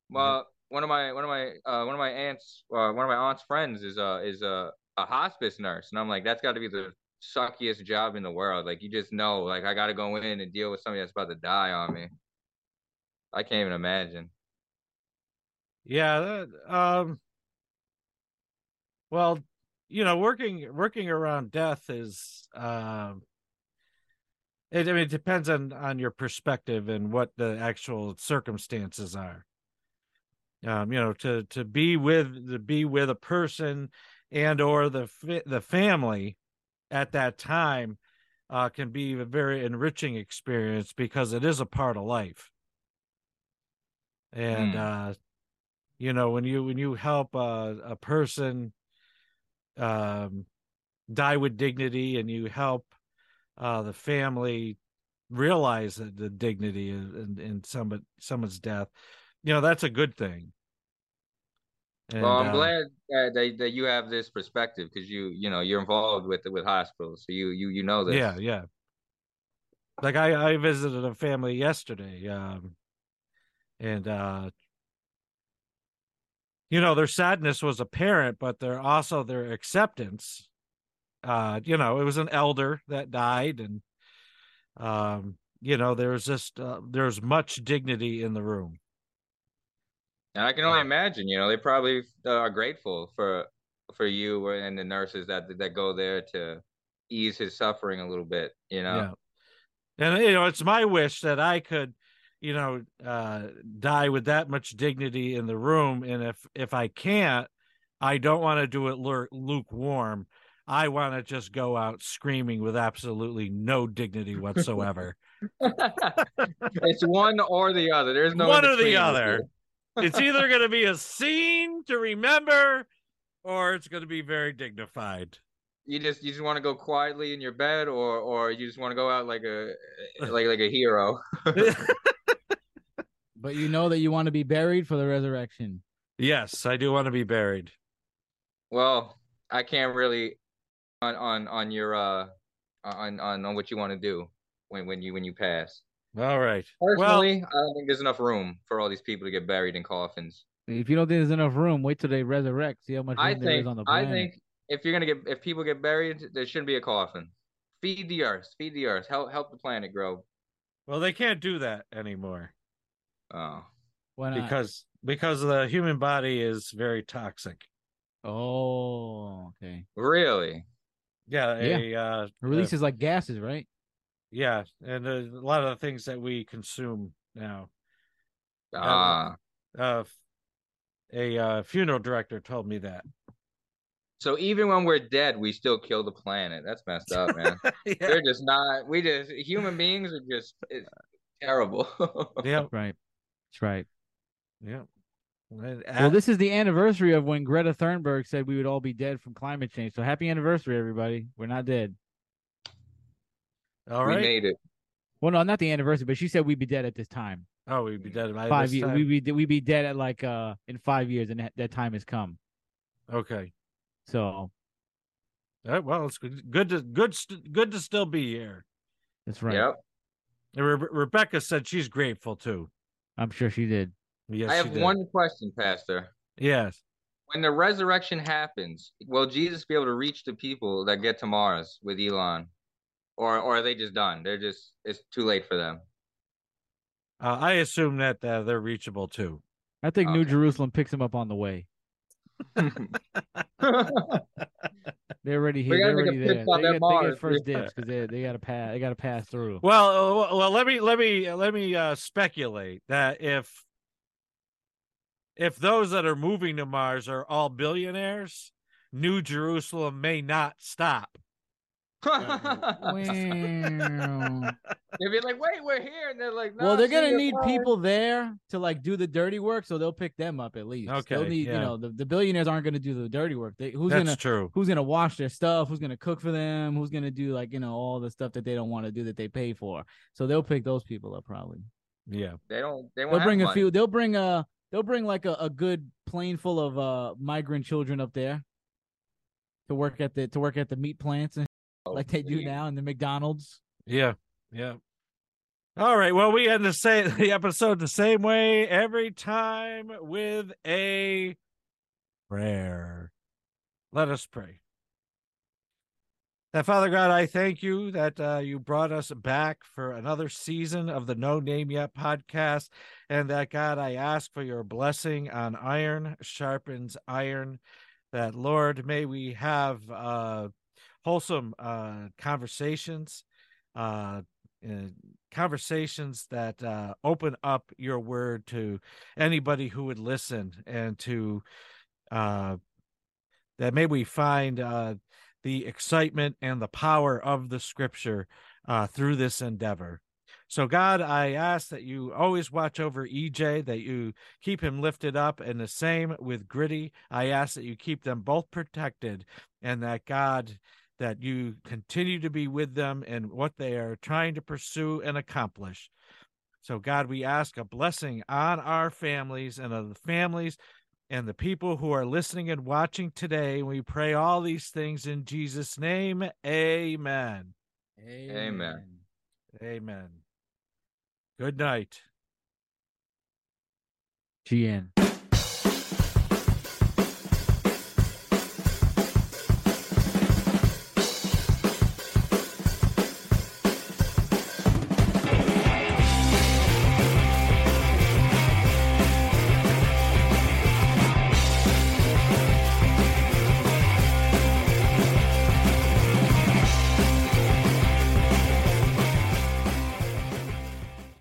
Speaker 3: Well, one of my one of my uh, one of my aunts uh, one of my aunt's friends is uh is a a hospice nurse, and I'm like, that's got to be the suckiest job in the world. Like you just know, like I got to go in and deal with somebody that's about to die on me. I can't even imagine.
Speaker 1: Yeah. That, um. Well, you know, working working around death is. Um, it, I mean, it depends on on your perspective and what the actual circumstances are. Um, you know, to to be with to be with a person and or the fa- the family at that time uh, can be a very enriching experience because it is a part of life. And uh, you know, when you when you help a, a person um, die with dignity, and you help uh, the family realize that the dignity in, in, in somebody someone's death, you know, that's a good thing. And,
Speaker 3: well, I'm
Speaker 1: uh,
Speaker 3: glad that, that that you have this perspective because you you know you're involved with with hospitals, so you you you know this.
Speaker 1: Yeah, yeah. Like I, I visited a family yesterday, um, and uh, you know their sadness was apparent, but their also their acceptance. Uh, you know, it was an elder that died, and um, you know there was just uh, there's much dignity in the room.
Speaker 3: And I can only imagine, you know, they probably uh, are grateful for for you and the nurses that that go there to ease his suffering a little bit, you know.
Speaker 1: Yeah. And you know, it's my wish that I could, you know, uh die with that much dignity in the room. And if if I can't, I don't want to do it lur- lukewarm. I want to just go out screaming with absolutely no dignity whatsoever.
Speaker 3: [laughs] It's one or the other. There's no
Speaker 1: One
Speaker 3: in
Speaker 1: or the
Speaker 3: between with
Speaker 1: other.
Speaker 3: you.
Speaker 1: it's either going to be a scene to remember, or it's going to be very dignified. [laughs]
Speaker 3: you just you just want to go quietly in your bed, or or you just want to go out like a like like a hero.
Speaker 2: But you know that you want to be buried for the resurrection.
Speaker 1: Yes, I do want to be buried.
Speaker 3: Well, I can't really on on on your uh on on on what you want to do when when you when you pass.
Speaker 1: All right.
Speaker 3: Personally, I don't think there's enough room for all these people to get buried in coffins.
Speaker 2: If you don't think there's enough room, wait till they resurrect. See how much room
Speaker 3: I
Speaker 2: there is
Speaker 3: think
Speaker 2: on the
Speaker 3: I
Speaker 2: planet.
Speaker 3: think if you're gonna get if people get buried, there shouldn't be a coffin. Feed the earth, feed the earth, help help the planet grow.
Speaker 1: Well, they can't do that anymore.
Speaker 3: Oh.
Speaker 2: Why not?
Speaker 1: Because because the human body is very toxic.
Speaker 2: Oh, okay.
Speaker 3: Really?
Speaker 1: Yeah, a, uh,
Speaker 2: It releases like gases, right?
Speaker 1: yeah, and a lot of the things that we consume now. Uh,
Speaker 3: Ah.
Speaker 1: uh, a uh, funeral director told me
Speaker 3: [laughs]
Speaker 1: that. [laughs]
Speaker 3: So even when we're dead, we still kill the planet. That's messed
Speaker 2: [laughs]
Speaker 3: up, man. They're just not we just human beings are just it's terrible.
Speaker 1: Yeah,
Speaker 2: right. That's right.
Speaker 1: Yeah. Ah.
Speaker 2: Well, this is the anniversary of when Greta Thunberg said we would all be dead from climate change. So happy anniversary, everybody. We're not dead.
Speaker 1: All
Speaker 3: [laughs] we
Speaker 1: right.
Speaker 3: made it.
Speaker 2: Well, no, not the anniversary, but she said we'd be dead at this time.
Speaker 1: Oh, we'd be dead by
Speaker 2: five
Speaker 1: this
Speaker 2: years.
Speaker 1: time.
Speaker 2: We'd be de- we'd be dead at like uh in five years, and that, that time has come.
Speaker 1: Okay.
Speaker 2: So
Speaker 1: All right, well, it's good. Good to good. St- good to still be here.
Speaker 2: that's right.
Speaker 1: And Re- Rebecca said she's grateful too.
Speaker 2: I'm sure she did.
Speaker 1: Yes,
Speaker 3: I
Speaker 1: she
Speaker 3: have
Speaker 1: did.
Speaker 3: one question, Pastor.
Speaker 1: Yes.
Speaker 3: When the resurrection happens, will Jesus be able to reach the people that get to Mars with Elon? Or or are they just done? They're just it's too late for
Speaker 2: [laughs]
Speaker 3: them. [laughs]
Speaker 1: Uh, I assume that uh, they're reachable too.
Speaker 2: I think New
Speaker 3: Okay.
Speaker 2: Jerusalem picks them up on the way. They're already here.
Speaker 3: We gotta
Speaker 2: They're
Speaker 3: make a
Speaker 2: already there.
Speaker 3: pit stop
Speaker 2: They
Speaker 3: at
Speaker 2: get, they
Speaker 3: Mars.
Speaker 2: get first dibs because they they gotta pass. They gotta pass
Speaker 3: [laughs]
Speaker 2: through.
Speaker 1: Well, uh, well, let me let me let me uh, speculate that if if those that are moving to Mars are all billionaires, New Jerusalem may not stop.
Speaker 2: Wow.
Speaker 3: They'd be like, wait, we're here. And they're like, no,
Speaker 2: well, they're
Speaker 3: see
Speaker 2: gonna
Speaker 3: you
Speaker 2: need
Speaker 3: tomorrow."
Speaker 2: people there to like do the dirty work, so they'll pick them up at least. they'll
Speaker 1: Okay,
Speaker 2: need, you
Speaker 1: yeah.
Speaker 2: know, the, the billionaires aren't gonna do the dirty work. They, who's
Speaker 1: That's
Speaker 2: gonna
Speaker 1: true.
Speaker 2: Who's gonna wash their stuff? Who's gonna cook for them? Who's gonna do like you know all the stuff that they don't want to do that they pay for? So they'll pick those people up probably.
Speaker 1: Yeah.
Speaker 3: They don't, they won't
Speaker 2: They'll
Speaker 3: have
Speaker 2: bring a
Speaker 3: money.
Speaker 2: few. They'll bring a. They'll bring like a, a good plane full of uh migrant children up there. to work at the to work at the meat plants and
Speaker 3: Oh,
Speaker 2: like they do now in the McDonald's.
Speaker 1: Yeah. Yeah. All right. Well, we end the same [laughs] the episode the same way every time with a prayer. Let us pray. That Father God, I thank you that uh, you brought us back for another season of the No Name Yet podcast. And that God, I ask for your blessing on iron sharpens iron. That Lord, may we have uh, wholesome uh, conversations, uh, uh, conversations that uh, open up your word to anybody who would listen and to uh, that may we find uh, the excitement and the power of the scripture uh, through this endeavor. So, God, I ask that you always watch over EJ, that you keep him lifted up, and the same with Gritty. I ask that you keep them both protected, and that, God, that you continue to be with them in what they are trying to pursue and accomplish. So, God, we ask a blessing on our families and on the families and the people who are listening and watching today. We pray all these things in Jesus' name. Amen.
Speaker 3: Amen.
Speaker 1: Amen. Good night.
Speaker 2: GN.